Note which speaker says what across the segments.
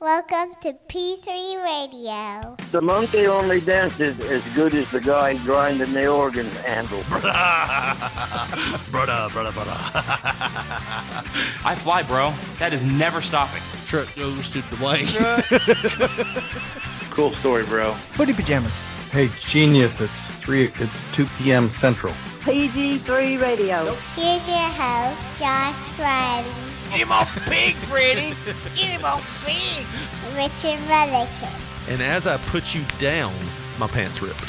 Speaker 1: Welcome to P3 Radio.
Speaker 2: The monkey only dances as good as the guy grinding the organ handle.
Speaker 3: brother, brother, brother.
Speaker 4: I fly, bro. That is never stopping.
Speaker 5: Truck goes to the blank.
Speaker 6: Cool story, bro.
Speaker 7: Footy pajamas.
Speaker 8: Hey, genius! It's three. It's two p.m. Central.
Speaker 9: PG3 Radio.
Speaker 1: Here's your host, Josh Friday,
Speaker 3: Get him off pig, Freddy. Get him off pig.
Speaker 1: Richard Mullican.
Speaker 5: and as I put you down, my pants ripped.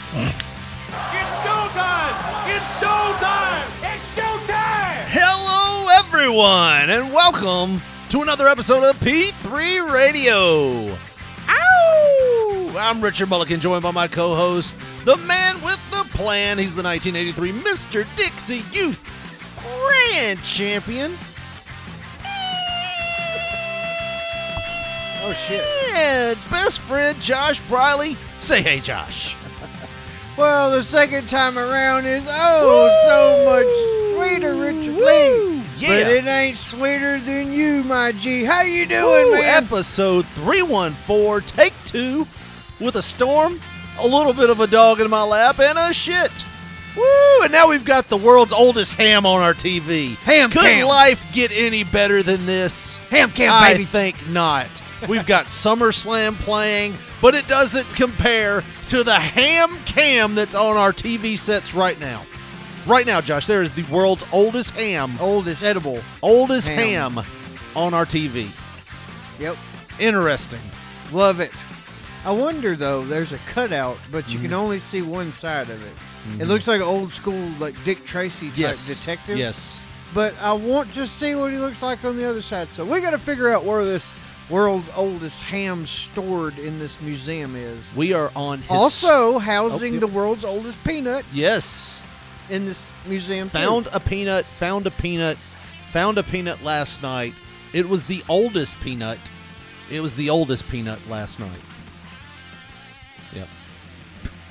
Speaker 5: Hello, everyone, and welcome to another episode of P3 Radio. Ow! I'm Richard Mullican, joined by my co host, the man with the plan. He's the 1983 Mr. Dixie Youth Grand Champion. Oh, shit. And best friend, Josh Briley. Say hey, Josh.
Speaker 7: Well, the second time around is oh so much sweeter, Richard Lee.
Speaker 5: Yeah.
Speaker 7: But it ain't sweeter than you, my G. How you doing,
Speaker 5: Ooh,
Speaker 7: man?
Speaker 5: Episode 314, take two, with a storm, a little bit of a dog in my lap, and a shit. Woo! And now we've got the world's oldest ham on our TV.
Speaker 7: Ham
Speaker 5: Could
Speaker 7: cam.
Speaker 5: life get any better than this?
Speaker 7: Ham cam,
Speaker 5: I
Speaker 7: baby.
Speaker 5: think not. We've got SummerSlam playing, but it doesn't compare to the ham cam that's on our TV sets right now. Right now, Josh, there is the world's oldest ham,
Speaker 7: Oldest edible.
Speaker 5: oldest
Speaker 7: ham.
Speaker 5: ham on our TV.
Speaker 7: Yep.
Speaker 5: Interesting.
Speaker 7: Uh, Love it. I wonder though, there's a cutout, but you can
Speaker 5: Mm-hmm.
Speaker 7: only see one side of it. It looks like an old school, like Dick Tracy type detective.
Speaker 5: Yes.
Speaker 7: But I want to see what he looks like on the other side. So we got to figure out where this world's oldest ham stored in this museum is.
Speaker 5: We are on his Oh,
Speaker 7: Also housing
Speaker 5: yep.
Speaker 7: the world's oldest peanut
Speaker 5: Yes.
Speaker 7: in this museum. too.
Speaker 5: Found a peanut, found a peanut, found a peanut last night. It was the oldest peanut. It was the oldest peanut last night. Yep.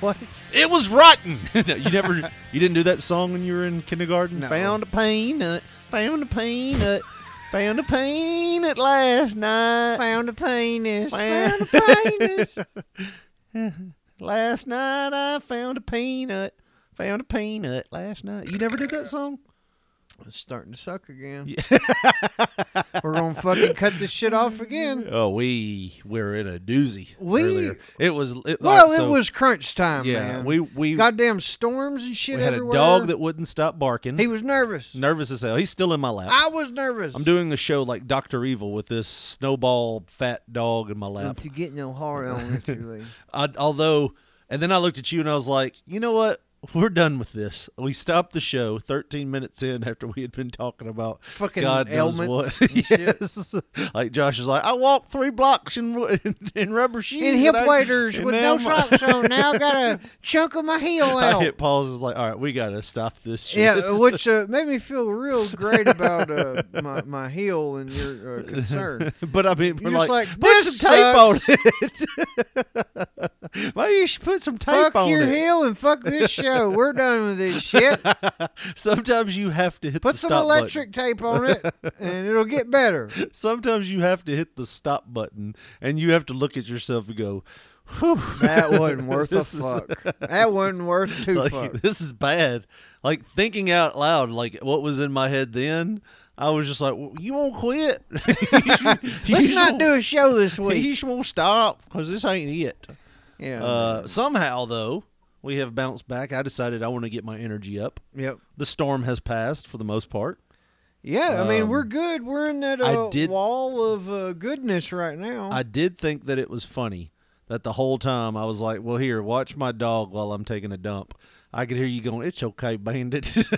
Speaker 7: what?
Speaker 5: It was rotten. No, you never you didn't do that song when you were in kindergarten?
Speaker 7: No.
Speaker 5: Found a peanut, found a peanut, found a peanut last night.
Speaker 7: Found a penis.
Speaker 5: Found-
Speaker 7: Found a penis.
Speaker 5: Last night I found a peanut. Found a peanut last night. You never did that song?
Speaker 7: it's starting to suck again. We're gonna fucking cut this shit off again.
Speaker 5: Oh, we we're in a doozy.
Speaker 7: We-
Speaker 5: earlier. it was it,
Speaker 7: Well,
Speaker 5: like,
Speaker 7: it
Speaker 5: so-
Speaker 7: was crunch time,
Speaker 5: yeah.
Speaker 7: man.
Speaker 5: We we
Speaker 7: goddamn storms and shit
Speaker 5: we had
Speaker 7: everywhere.
Speaker 5: a dog that wouldn't stop barking.
Speaker 7: he was nervous.
Speaker 5: nervous as hell. He's still in my lap.
Speaker 7: I was nervous.
Speaker 5: I'm doing a show like Doctor Evil with this snowball fat dog in my lap.
Speaker 7: If you get no hard on it, you leave.
Speaker 5: I, although, and then I looked at you and I was like, you know what? We're done with this. We stopped the show 13 minutes in after we had been talking about
Speaker 7: Fucking
Speaker 5: God knows
Speaker 7: ailments
Speaker 5: what.
Speaker 7: and shit.
Speaker 5: yes, like Josh is like, I walked three blocks in, in, in rubber shoes
Speaker 7: In hip
Speaker 5: I-
Speaker 7: waders
Speaker 5: and
Speaker 7: with
Speaker 5: now
Speaker 7: no
Speaker 5: my-
Speaker 7: socks on. Now I got a chunk of my heel
Speaker 5: I
Speaker 7: out.
Speaker 5: hit pause. and was like, all right, we gotta stop this shit.
Speaker 7: Yeah, which uh, made me feel real great about uh, my, my heel and your uh, concern.
Speaker 5: but I mean, we're
Speaker 7: You're just
Speaker 5: like, put
Speaker 7: like, "This
Speaker 5: some tape on it. Maybe you should put some tape
Speaker 7: fuck
Speaker 5: on
Speaker 7: your
Speaker 5: it.
Speaker 7: heel and fuck this show. We're done with this shit.
Speaker 5: Sometimes you have to hit
Speaker 7: Put
Speaker 5: the
Speaker 7: some
Speaker 5: stop
Speaker 7: electric tape on it, and it'll get better.
Speaker 5: button. Sometimes you have to hit the stop button, and you have to look at yourself and go, "Whew,
Speaker 7: That wasn't worth a
Speaker 5: This is-
Speaker 7: fuck. that wasn't worth two
Speaker 5: like,
Speaker 7: fucks.
Speaker 5: this is bad." Like thinking out loud, like what was in my head then. I was just like, well, "You won't quit.
Speaker 7: Let's not do a show this
Speaker 5: You
Speaker 7: week.
Speaker 5: just won't stop because this ain't it."
Speaker 7: Yeah.
Speaker 5: Uh, somehow, though, we have bounced back. I decided I want to get my energy up.
Speaker 7: yep.
Speaker 5: The storm has passed for the most part.
Speaker 7: Yeah, I mean we're good. We're in that
Speaker 5: um, I
Speaker 7: uh,
Speaker 5: did-
Speaker 7: wall of uh, goodness right now.
Speaker 5: I did think that it was funny that the whole time I was like, "Well, here, watch my dog while I'm taking a dump." I could hear you going, "It's okay, Bandit.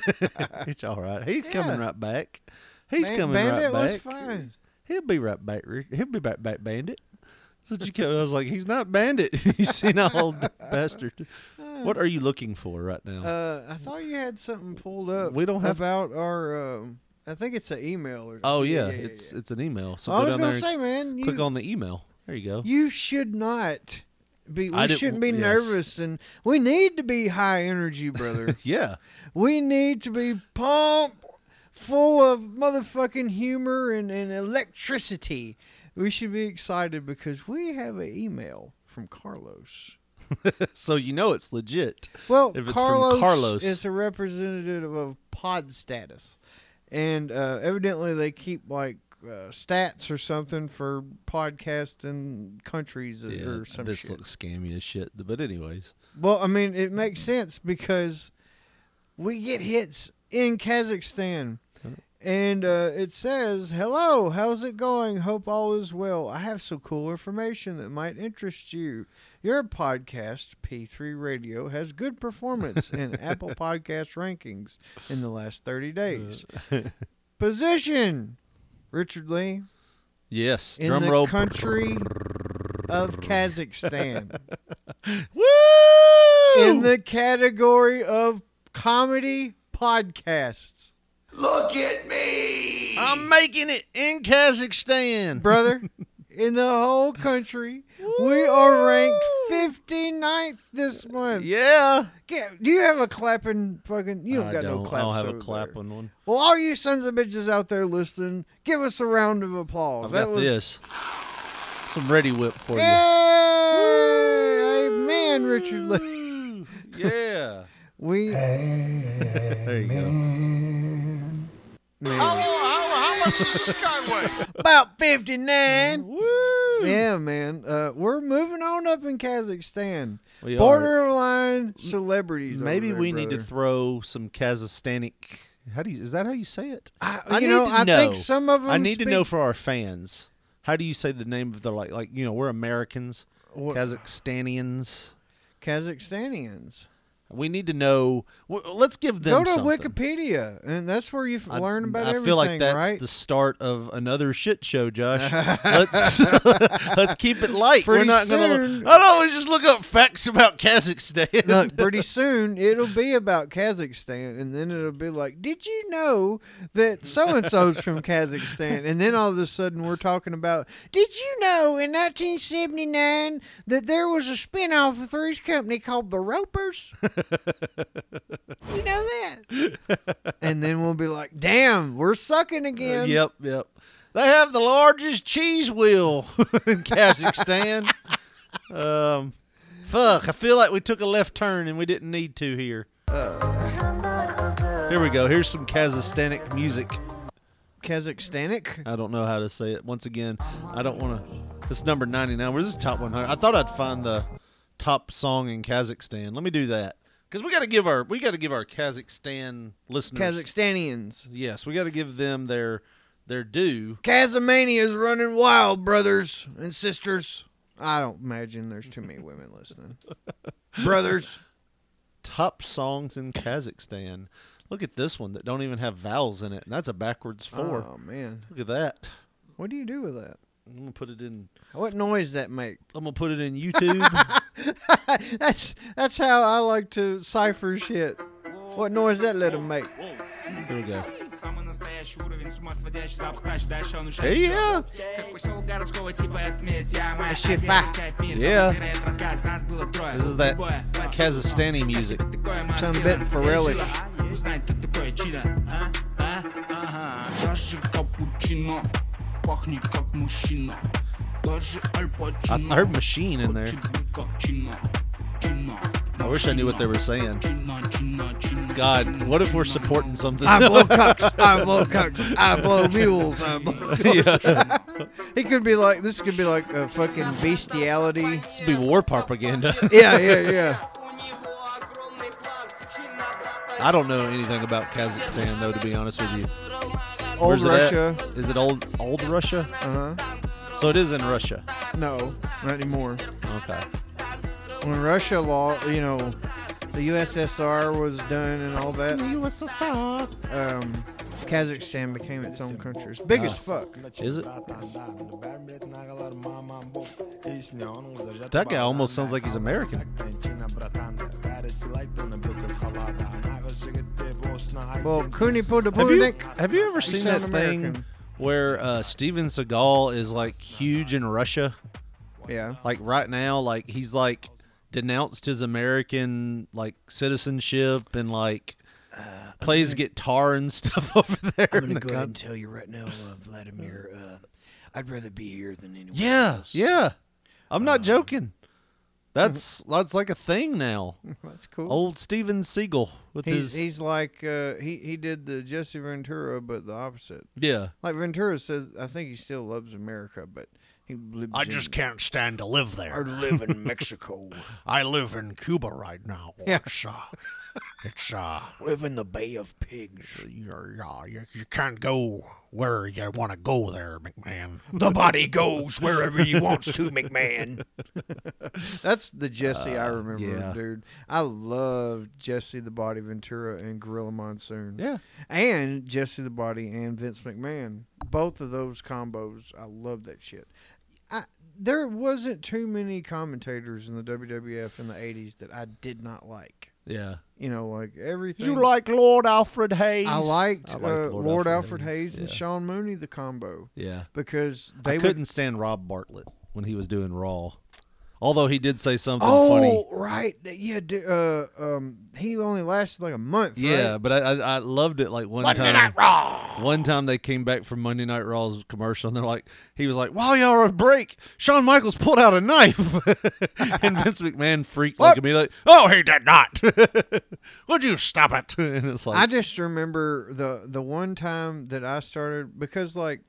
Speaker 5: it's all right. He's coming
Speaker 7: Yeah.
Speaker 5: right back. He's
Speaker 7: Ban-
Speaker 5: coming
Speaker 7: Bandit was
Speaker 5: right back.
Speaker 7: fine.
Speaker 5: He'll be right back. Rick. He'll be right back, Bandit." That's what you kept. I was like, "He's not Bandit. you seen that old bastard." What are you looking for right now?
Speaker 7: Uh, I thought you had something pulled up.
Speaker 5: We don't have-
Speaker 7: about our. Um, I think it's an email or.
Speaker 5: oh yeah, it's it's an email. So
Speaker 7: I
Speaker 5: go
Speaker 7: was
Speaker 5: down
Speaker 7: gonna
Speaker 5: there and
Speaker 7: say, man,
Speaker 5: click
Speaker 7: you
Speaker 5: on the email. There you go.
Speaker 7: you should not be.
Speaker 5: I
Speaker 7: We
Speaker 5: didn't-
Speaker 7: shouldn't be
Speaker 5: yes.
Speaker 7: nervous, and we need to be high energy, brother.
Speaker 5: yeah.
Speaker 7: we need to be pumped, full of motherfucking humor and, and electricity. we should be excited because we have an email from Carlos.
Speaker 5: so you know it's legit.
Speaker 7: Well,
Speaker 5: If it's from
Speaker 7: Carlos,
Speaker 5: Carlos.
Speaker 7: is a representative of Pod Status, and uh, evidently they keep like uh, stats or something for podcasts and countries or some
Speaker 5: this
Speaker 7: shit.
Speaker 5: looks scammy as shit. But anyways,
Speaker 7: Well, I mean, it makes sense because we get hits in Kazakhstan. And uh, it says, Hello, how's it going? Hope all is well. I have some cool information that might interest you. Your podcast, P3 Radio, has good performance in Apple Podcast rankings in the last
Speaker 5: Uh.
Speaker 7: 30 days. Position Richard Lee
Speaker 5: yes.
Speaker 7: in
Speaker 5: drum
Speaker 7: the
Speaker 5: roll.
Speaker 7: country of Kazakhstan.
Speaker 5: Woo!
Speaker 7: in the category of comedy podcasts.
Speaker 5: I'm making it in Kazakhstan.
Speaker 7: Brother, in the whole country, we are ranked 59th this month.
Speaker 5: Yeah.
Speaker 7: Get- Do you have a clapping fucking? You don't
Speaker 5: I
Speaker 7: got no
Speaker 5: I
Speaker 7: claps.
Speaker 5: don't have a
Speaker 7: over
Speaker 5: clap
Speaker 7: there.
Speaker 5: on one.
Speaker 7: Well, all you sons of bitches out there listening, give us a round of applause.
Speaker 5: I've
Speaker 7: that
Speaker 5: got
Speaker 7: was
Speaker 5: this. Some ready whip for
Speaker 7: Yay! Amen, Richard Lee.
Speaker 5: you. Yeah.
Speaker 7: We
Speaker 5: There you go.
Speaker 7: man,
Speaker 6: how much does this guy weigh?
Speaker 7: about fifty nine.
Speaker 5: Woo!
Speaker 7: Yeah, man. Uh, we're moving on up in Kazakhstan.
Speaker 5: We
Speaker 7: Borderline celebrities.
Speaker 5: Maybe
Speaker 7: over there,
Speaker 5: we need to
Speaker 7: brother.
Speaker 5: throw some Kazakhstanic. How do you? Is that how you say it?
Speaker 7: I,
Speaker 5: I
Speaker 7: you
Speaker 5: need
Speaker 7: know,
Speaker 5: to
Speaker 7: I
Speaker 5: know.
Speaker 7: think some of them.
Speaker 5: I need to know
Speaker 7: speak-
Speaker 5: for our fans. How do you say the name of the like? Like you know, we're Americans,
Speaker 7: Wha-
Speaker 5: Kazakhstanians.
Speaker 7: Kazakhstanians.
Speaker 5: We need to know. w- Let's give them.
Speaker 7: Go to
Speaker 5: something.
Speaker 7: Wikipedia, and that's where you f-
Speaker 5: I-
Speaker 7: learn about
Speaker 5: I
Speaker 7: everything.
Speaker 5: feel like that's
Speaker 7: right?
Speaker 5: the start of another shit show, Josh. let's let's keep it light. We're
Speaker 7: Pretty
Speaker 5: not
Speaker 7: soon-
Speaker 5: gonna. I don't always just look up facts about Kazakhstan.
Speaker 7: Look, pretty soon it'll be about Kazakhstan, and then it'll be like, "Did you know that so and so's from Kazakhstan?" And then all of a sudden we're talking about, "Did you know in 1979 that there was a spin-off of Three's Company called The Ropers?" you know that? and then we'll be like, "Damn, we're sucking again."
Speaker 5: Yep, yep. They have the largest cheese wheel in Kazakhstan. um, fuck, I feel like we took a left turn and we didn't need to here. Here we go. Here's some Kazakhstanic music.
Speaker 7: Kazakhstanic.
Speaker 5: I don't know how to say it. Once again, I don't want to. It's number 99. Where's this top 100? I thought I'd find the top song in Kazakhstan. Let me do that because we got to give our we got to give our Kazakhstan listeners.
Speaker 7: Kazakhstanians.
Speaker 5: Yes, we got to give them their their due.
Speaker 7: Casamania is running wild, brothers and sisters. I don't imagine there's too many women listening. brothers.
Speaker 5: top songs in Kazakhstan. Look at this one that don't even have vowels in it. And that's a backwards four.
Speaker 7: Oh man,
Speaker 5: Look at that.
Speaker 7: what do you do with that?
Speaker 5: I'm gonna put it in.
Speaker 7: What noise that make?
Speaker 5: I'm gonna put it in YouTube.
Speaker 7: that's that's how I like to cipher shit. What noise that let him make?
Speaker 5: Here we go.
Speaker 10: Самый настоящий уровень, с ума сводящий запах, дальше, дальше он уже
Speaker 5: Hey, yeah.
Speaker 10: Как поселок городского типа, это месть, я моя
Speaker 7: That shit
Speaker 10: Азия,
Speaker 7: fire.
Speaker 10: меняет мир,
Speaker 5: Yeah.
Speaker 10: новый мир, это рассказ, нас было трое.
Speaker 5: This is that
Speaker 10: Любое,
Speaker 5: Kazakhstani music.
Speaker 10: такое маскино,
Speaker 7: Some bit for
Speaker 10: я
Speaker 7: relish.
Speaker 10: жила, Узнать, кто такой Чида, а? А? Ага. Даже капучино пахнет как мужчина. Даже
Speaker 5: I
Speaker 10: Аль Пачино
Speaker 5: heard machine in there.
Speaker 10: хочет быть как Чино. Чино,
Speaker 5: I wish I knew what they were saying.
Speaker 10: Чино, Чино, Чино,
Speaker 5: God,
Speaker 10: Чино,
Speaker 5: what if we're
Speaker 10: Чино.
Speaker 5: supporting something?
Speaker 7: I blow cocks. I blow cocks. I blow mules. I blow.
Speaker 5: yeah.
Speaker 7: It could be like this. Could be like a fucking bestiality.
Speaker 5: This would be war propaganda.
Speaker 7: Yeah, yeah, yeah.
Speaker 5: I don't know anything about Kazakhstan though, to be honest with you.
Speaker 7: Old
Speaker 5: Where's it at?
Speaker 7: Russia.
Speaker 5: Is it old old Russia?
Speaker 7: Uh huh.
Speaker 5: So it is in Russia.
Speaker 7: No, not anymore.
Speaker 5: Okay.
Speaker 7: when Russia law, you know, the USSR was done and all that. Um, Kazakhstan became its own country. It's big as fuck.
Speaker 5: Is it? That guy almost sounds like he's American.
Speaker 7: Well, Kunipo de
Speaker 5: Have you,
Speaker 7: Burnik.
Speaker 5: have you ever seen that
Speaker 7: sound
Speaker 5: thing
Speaker 7: American.
Speaker 5: where uh, Steven Seagal is like huge in Russia?
Speaker 7: Yeah.
Speaker 5: Like right now, like he's like denounced his American like citizenship and like Uh, plays guitar and stuff over there. in the con-
Speaker 7: tell you right now, uh, Vladimir. Uh, I'd rather be here than anywhere
Speaker 5: Yeah,
Speaker 7: else.
Speaker 5: yeah. I'm not joking. That's that's like a thing now.
Speaker 7: That's cool.
Speaker 5: Old Steven Seagal with
Speaker 7: he's,
Speaker 5: his
Speaker 7: he's like uh, he he did the Jesse Ventura, but the opposite.
Speaker 5: yeah.
Speaker 7: Like Ventura says, I think he still loves America, but he lives. in,
Speaker 5: can't stand to live
Speaker 7: I
Speaker 5: there.
Speaker 7: live in Mexico.
Speaker 5: I live in Cuba right now.
Speaker 7: Yeah.
Speaker 5: It's, uh, it's uh,
Speaker 7: live in the Bay of Pigs.
Speaker 5: you're, uh, you, you can't go where you want to go there, McMahon. The body goes wherever you wants to, McMahon.
Speaker 7: That's the Jesse I remember,
Speaker 5: Uh, yeah.
Speaker 7: dude. I love Jesse the Body Ventura and Gorilla Monsoon.
Speaker 5: Yeah.
Speaker 7: And Jesse the Body and Vince McMahon. Both of those combos, I love that shit. I, there wasn't too many commentators in the WWF in the 80s that I did not like.
Speaker 5: Yeah.
Speaker 7: You know, like everything.
Speaker 5: like Lord Alfred Hayes?
Speaker 7: I liked, uh, Lord, Alfred Hayes, and Sean Mooney, the combo,
Speaker 5: Yeah.
Speaker 7: because they
Speaker 5: I
Speaker 7: would-
Speaker 5: couldn't stand Rob Bartlett when he was doing Raw. Although he did say something
Speaker 7: Oh,
Speaker 5: funny.
Speaker 7: right. Yeah. d- Uh, um, he only lasted like a month.
Speaker 5: Yeah,
Speaker 7: right?
Speaker 5: but I, I I loved it like one
Speaker 3: Monday
Speaker 5: time.
Speaker 3: Night Raw.
Speaker 5: One time they came back from Monday Night Raw's commercial and they're like, he was like, while y'all are on break, Shawn Michaels pulled out a knife. and Vince McMahon freaked like me, like, oh, he did not. Would you stop it? And it's like,
Speaker 7: I just remember the the one time that I started because like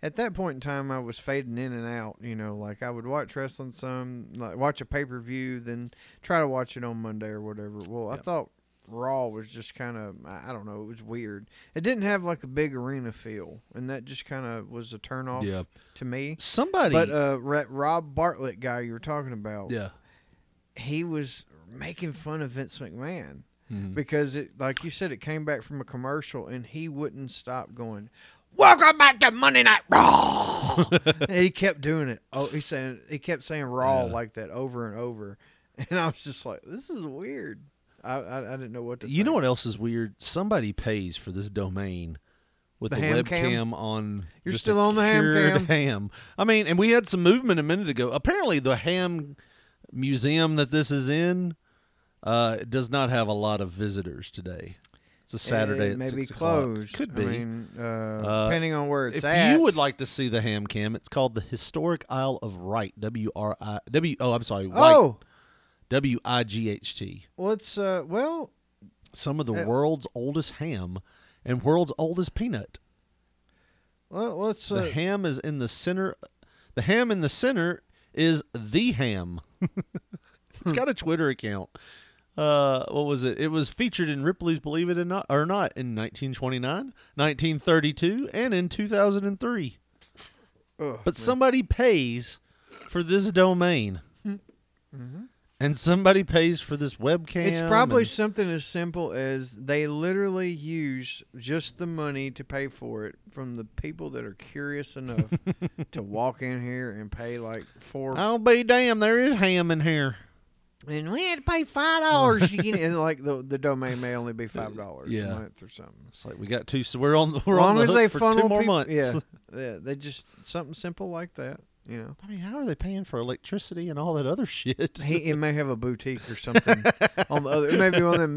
Speaker 7: at that point in time I was fading in and out. You know, like I would watch wrestling some, like watch a pay per view, then try to watch it on Monday or whatever. Well, I thought Raw was just kind of I I don't know, it was weird. It didn't have like a big arena feel, and that just kind of was a turn off
Speaker 5: Yeah.
Speaker 7: to me.
Speaker 5: somebody.
Speaker 7: But uh, Ra- Rob Bartlett guy you were talking about,
Speaker 5: yeah.
Speaker 7: he was making fun of Vince McMahon
Speaker 5: Mm-hmm.
Speaker 7: because it, like you said, it came back from a commercial and he wouldn't stop going.
Speaker 3: Welcome back to Monday Night Raw.
Speaker 7: and he kept doing it. Oh, he saying he kept saying raw like that over and over, and I was just like, this is weird. I I, I didn't know what to.
Speaker 5: You know
Speaker 7: think.
Speaker 5: what else is weird? Somebody pays for this domain with
Speaker 7: The
Speaker 5: the,
Speaker 7: ham
Speaker 5: webcam
Speaker 7: cam?
Speaker 5: on.
Speaker 7: You're
Speaker 5: just
Speaker 7: still
Speaker 5: a
Speaker 7: on the ham
Speaker 5: cured
Speaker 7: cam?
Speaker 5: ham. I mean, and we had some movement a minute ago. Apparently, the ham museum that this is in uh, does not have a lot of visitors today. It's a Saturday.
Speaker 7: It
Speaker 5: at
Speaker 7: may be
Speaker 5: 6 o'clock.
Speaker 7: closed.
Speaker 5: Could
Speaker 7: I
Speaker 5: be.
Speaker 7: mean, uh,
Speaker 5: Uh,
Speaker 7: depending on where it's
Speaker 5: if
Speaker 7: at.
Speaker 5: you would like to see the ham cam, it's called the Historic Isle of Right. W R I W. Oh, I'm sorry. White,
Speaker 7: oh,
Speaker 5: W I G H T.
Speaker 7: let's. Uh, well,
Speaker 5: Some of the
Speaker 7: Uh,
Speaker 5: world's oldest ham and world's oldest peanut.
Speaker 7: let, let's.
Speaker 5: The
Speaker 7: Uh,
Speaker 5: ham is in the center. The ham in the center is the ham. it's got a Twitter account. Uh, what was it? It was featured in Ripley's Believe It or Not, or not in 1929, 1932, and in 2003.
Speaker 7: ugh.
Speaker 5: But somebody pays for this domain. And somebody pays for this webcam.
Speaker 7: Mm-hmm. It's probably
Speaker 5: and-
Speaker 7: something as simple as they literally use just the money to pay for it from the people that are curious enough to walk in here and pay like four.
Speaker 5: I'll be damned. There is ham in here.
Speaker 7: and we had to pay five dollars. you know, and like the the domain may only be five dollars
Speaker 5: Yeah.
Speaker 7: a month or something.
Speaker 5: It's like we got two. So we're on. We're
Speaker 7: As long
Speaker 5: on the
Speaker 7: as
Speaker 5: hook
Speaker 7: they
Speaker 5: for
Speaker 7: funnel
Speaker 5: two more
Speaker 7: people,
Speaker 5: months.
Speaker 7: yeah, yeah, they just something simple like that. You know,
Speaker 5: I mean, how are they paying for electricity and all that other shit?
Speaker 7: he, it may have a boutique or something on the other. It may be one of them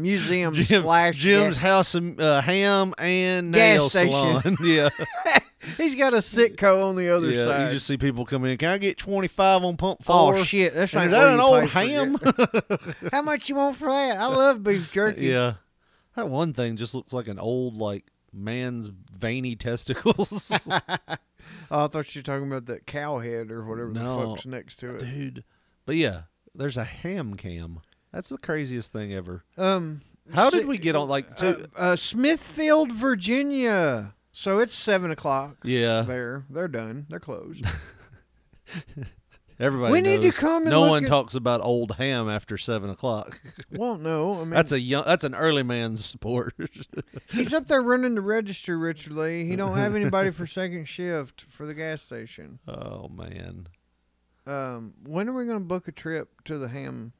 Speaker 7: museum
Speaker 5: Jim-
Speaker 7: slash
Speaker 5: Jim's house and uh, ham and
Speaker 7: Gas
Speaker 5: nail salon.
Speaker 7: station.
Speaker 5: yeah,
Speaker 7: He's got a sitco on the other
Speaker 5: yeah.
Speaker 7: side.
Speaker 5: You just see people come in. Can I get twenty five on pump
Speaker 7: Oh
Speaker 5: four?
Speaker 7: shit, that's
Speaker 5: And
Speaker 7: like
Speaker 5: is that an old ham?
Speaker 7: How much you want for that? I love beef jerky.
Speaker 5: yeah, that one thing just looks like an old like man's veiny testicles,
Speaker 7: Oh, I thought you were talking about that cow head or whatever the
Speaker 5: No.
Speaker 7: fuck's next to it.
Speaker 5: dude. But yeah, there's a ham cam. That's the craziest thing ever.
Speaker 7: Um,
Speaker 5: How
Speaker 7: si-
Speaker 5: did we get on like?
Speaker 7: Uh,
Speaker 5: To,
Speaker 7: uh, Smithfield, Virginia. So it's seven o'clock.
Speaker 5: yeah,
Speaker 7: There, they're done. They're closed.
Speaker 5: everybody.
Speaker 7: we need to
Speaker 5: knows
Speaker 7: come and
Speaker 5: No
Speaker 7: look
Speaker 5: one
Speaker 7: at-
Speaker 5: talks about old ham after seven o'clock.
Speaker 7: Won't know. I mean,
Speaker 5: That's a young. That's an early man's sport.
Speaker 7: he's up there running the register, Richard Lee. He don't have anybody for second shift for the gas station.
Speaker 5: oh man,
Speaker 7: Um, when are we going to book a trip to the ham?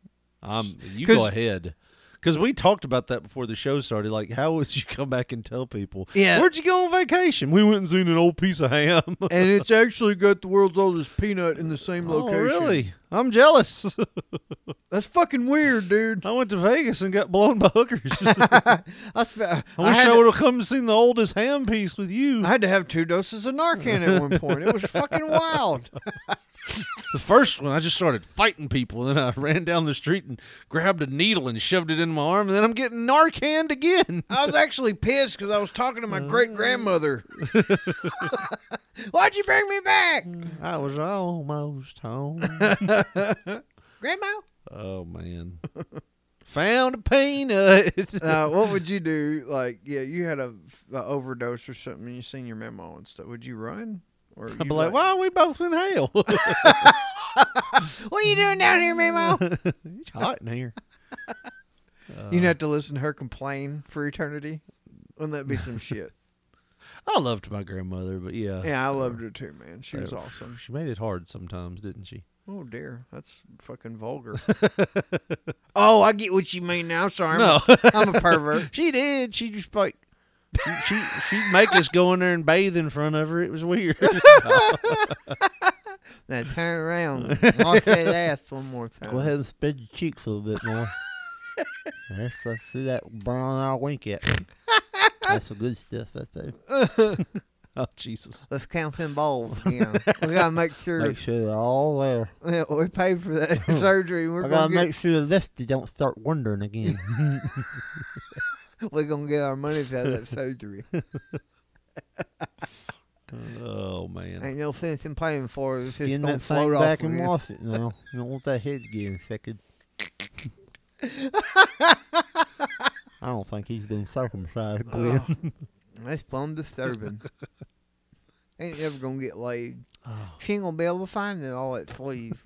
Speaker 5: I'm. You
Speaker 7: 'Cause-
Speaker 5: go ahead. Because we talked about that before the show started. Like, how would you come back and tell people?
Speaker 7: Yeah. Oh,
Speaker 5: Where'd you go on vacation? We went and seen an old piece of ham.
Speaker 7: and it's actually got the world's oldest peanut in the same
Speaker 5: oh,
Speaker 7: location.
Speaker 5: really? I'm jealous.
Speaker 7: That's fucking weird, dude.
Speaker 5: I went to Vegas and got blown by hookers.
Speaker 7: I, spe- I,
Speaker 5: I wish
Speaker 7: had
Speaker 5: I
Speaker 7: to-
Speaker 5: would have come and seen the oldest ham piece with you.
Speaker 7: I had to have two doses of Narcan at one point. It was fucking wild.
Speaker 5: the first one, I just started fighting people, and then I ran down the street and grabbed a needle and shoved it in my arm, and then I'm getting Narcaned again.
Speaker 7: I was actually pissed because I was talking to
Speaker 5: Uh.
Speaker 7: my great grandmother. Why'd you bring me back,
Speaker 5: I was almost home.
Speaker 7: Grandma?
Speaker 5: oh man, found a peanut.
Speaker 7: Uh, what would you do? Like, yeah, you had a, a overdose or something, and you seen your memo and stuff. Would you run? Or
Speaker 5: I'd be like, "Why are we both in hell?
Speaker 7: What are you doing down here, memo?
Speaker 5: it's hot in here." Uh.
Speaker 7: You'd have to listen to her complain for eternity. Wouldn't that be some shit?
Speaker 5: I loved my grandmother, but yeah,
Speaker 7: Yeah, I loved her too, man. She was
Speaker 5: Uh,
Speaker 7: awesome.
Speaker 5: She made it hard sometimes, didn't she?
Speaker 7: Oh dear, that's fucking vulgar. oh, I get what you mean now. Sorry,
Speaker 5: No.
Speaker 7: I'm, a, I'm a pervert.
Speaker 5: She did. She just like she she she'd make us go in there and bathe in front of her. It was weird.
Speaker 7: Now turn around, wash that ass one more time.
Speaker 5: and spread your cheeks a little bit more. let's, let's see that brown eye wink at. That's the good stuff right there. oh Jesus!
Speaker 7: Let's count them balls. Yeah, we gotta make sure
Speaker 5: sure they're all there.
Speaker 7: that we pay for that surgery. We're gonna get,
Speaker 5: sure the lefty don't start wondering again.
Speaker 7: we're gonna get our money out of that surgery.
Speaker 5: oh man!
Speaker 7: Ain't no sense in paying for it. It's just
Speaker 11: Skin
Speaker 7: gonna
Speaker 11: that
Speaker 7: float
Speaker 11: thing
Speaker 7: off
Speaker 11: back
Speaker 7: of
Speaker 11: and
Speaker 7: you.
Speaker 11: wash it now. You don't want that head getting infected. I don't think he's been circumcised, Glenn.
Speaker 7: Oh, That's plumb disturbing. Ain't ever gonna get laid.
Speaker 11: Oh.
Speaker 7: She ain't gonna be able to find it all that sleeve.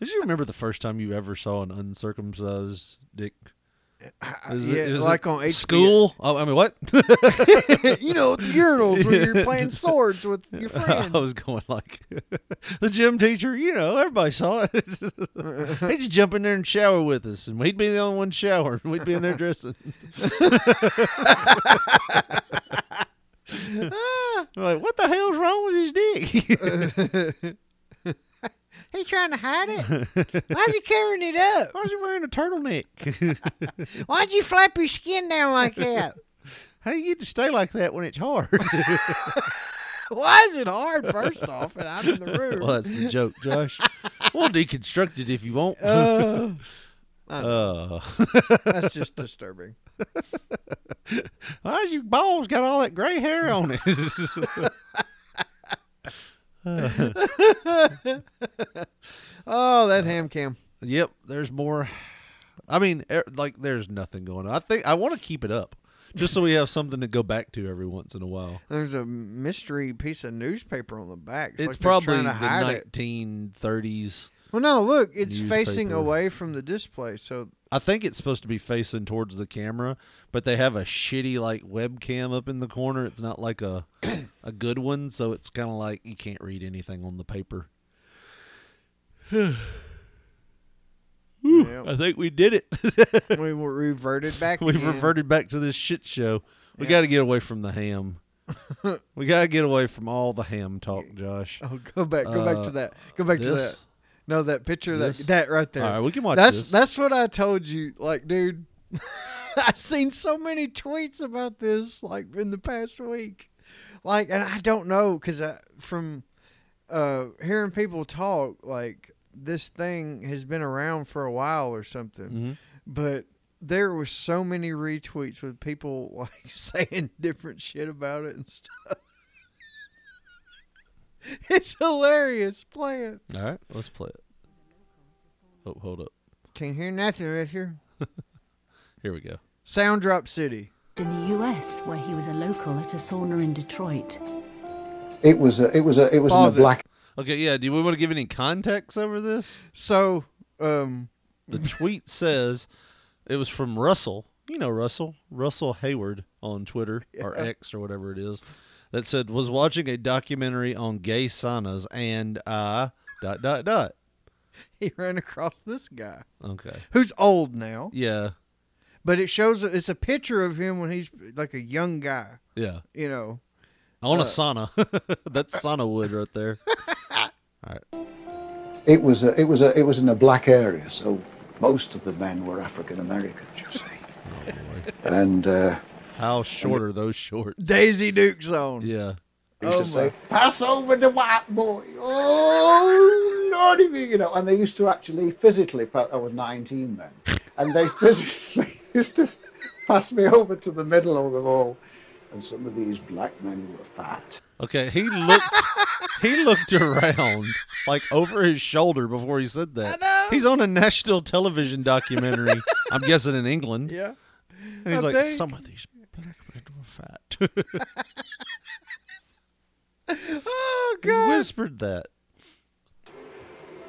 Speaker 5: Did you remember the first time you ever saw an uncircumcised dick? Is
Speaker 7: yeah,
Speaker 5: it- is
Speaker 7: like
Speaker 5: it
Speaker 7: on HBO.
Speaker 5: school? Oh, I mean, what?
Speaker 7: you know, the urinals when you're playing swords with your
Speaker 5: I
Speaker 7: friend.
Speaker 5: was going like the gym teacher, you know, everybody saw it. He'd just jump in there and shower with us, and we'd be the only one showering. We'd be in there dressing. We're like, what the hell's wrong with his dick?
Speaker 7: He trying to hide it. Why's he covering it up?
Speaker 5: Why is he wearing a turtleneck?
Speaker 7: Why'd you flap your skin down like that?
Speaker 5: How you get to stay like that when it's hard?
Speaker 7: Why is it hard? First off, and I'm in the room.
Speaker 5: well, that's the joke, Josh. We'll deconstruct it if you want.
Speaker 7: Uh,
Speaker 5: Uh,
Speaker 7: that's just disturbing.
Speaker 5: why's your balls got all that gray hair on it?
Speaker 7: Oh, that ham cam.
Speaker 5: Yep, there's more. I mean, er, like there's nothing going on. I think I want to keep it up just so we have something to go back to every once in a while.
Speaker 7: There's a mystery piece of newspaper on the back.
Speaker 5: It's,
Speaker 7: like they're
Speaker 5: probably
Speaker 7: trying
Speaker 5: the
Speaker 7: to hide it.
Speaker 5: 1930s.
Speaker 7: Well, no, look, it's facing
Speaker 5: newspaper.
Speaker 7: away from the display, so
Speaker 5: I think it's supposed to be facing towards the camera, but they have a shitty like webcam up in the corner. It's not like a a good one, so it's kind of like you can't read anything on the paper.
Speaker 7: yeah,
Speaker 5: I think we did it.
Speaker 7: we were reverted back.
Speaker 5: We've
Speaker 7: again.
Speaker 5: reverted back to this shit show. We got to get away from the ham. we got to get away from all the ham talk, Josh.
Speaker 7: Oh, go back, go back
Speaker 5: Uh,
Speaker 7: to that. Go back to
Speaker 5: this?
Speaker 7: that. No, that picture,
Speaker 5: This?
Speaker 7: that that right there.
Speaker 5: All right, we can watch
Speaker 7: that's
Speaker 5: this.
Speaker 7: that's what I told you. Like, dude, I've seen so many tweets about this, like in the past week. Like, and I don't know because from uh, hearing people talk, like this thing has been around for a while or something,
Speaker 5: Mm-hmm.
Speaker 7: but. There was so many retweets with people like saying different shit about it and stuff. it's hilarious. Play it.
Speaker 5: All right, let's play it. Oh, hold up.
Speaker 7: Can't hear nothing, Riffer.
Speaker 5: Here we go.
Speaker 7: Sound Drop City.
Speaker 9: In the US, where he was a local at a sauna in Detroit.
Speaker 11: It was a, it was a, it was
Speaker 7: Pause it.
Speaker 5: Okay, yeah. Do we want to give any context over this?
Speaker 7: So, um,
Speaker 5: The tweet says it was from Russell. You know Russell, Russell Hayward on Twitter or X or whatever it is, that said was watching a documentary on gay saunas and uh dot dot dot.
Speaker 7: he ran across this guy
Speaker 5: Okay.
Speaker 7: who's old now,
Speaker 5: Yeah.
Speaker 7: but it shows it's a picture of him when he's like a young guy,
Speaker 5: Yeah.
Speaker 7: you know.
Speaker 5: On a sauna. That's sauna wood right there.
Speaker 11: It was a, it was a, it was in a black area, so
Speaker 12: Most of the men were African Americans, you see. and uh,
Speaker 5: Oh, How short are those shorts?
Speaker 7: Daisy Duke Zone.
Speaker 5: Yeah.
Speaker 12: They used
Speaker 7: Oh
Speaker 12: to say,
Speaker 7: my.
Speaker 12: pass over the white boy. Oh, Lordy me, you know. And they used to actually physically, pa- I was 19 then, and they physically used to pass me over to the middle of them all. And some of these black men were fat.
Speaker 5: Okay, he looked he looked around like over his shoulder before he said that. He's on a national television documentary. I'm guessing in England.
Speaker 7: Yeah.
Speaker 5: And he's
Speaker 7: I
Speaker 5: like,
Speaker 7: think.
Speaker 5: some of these black men were fat.
Speaker 7: Oh
Speaker 5: He
Speaker 7: God.
Speaker 5: whispered that.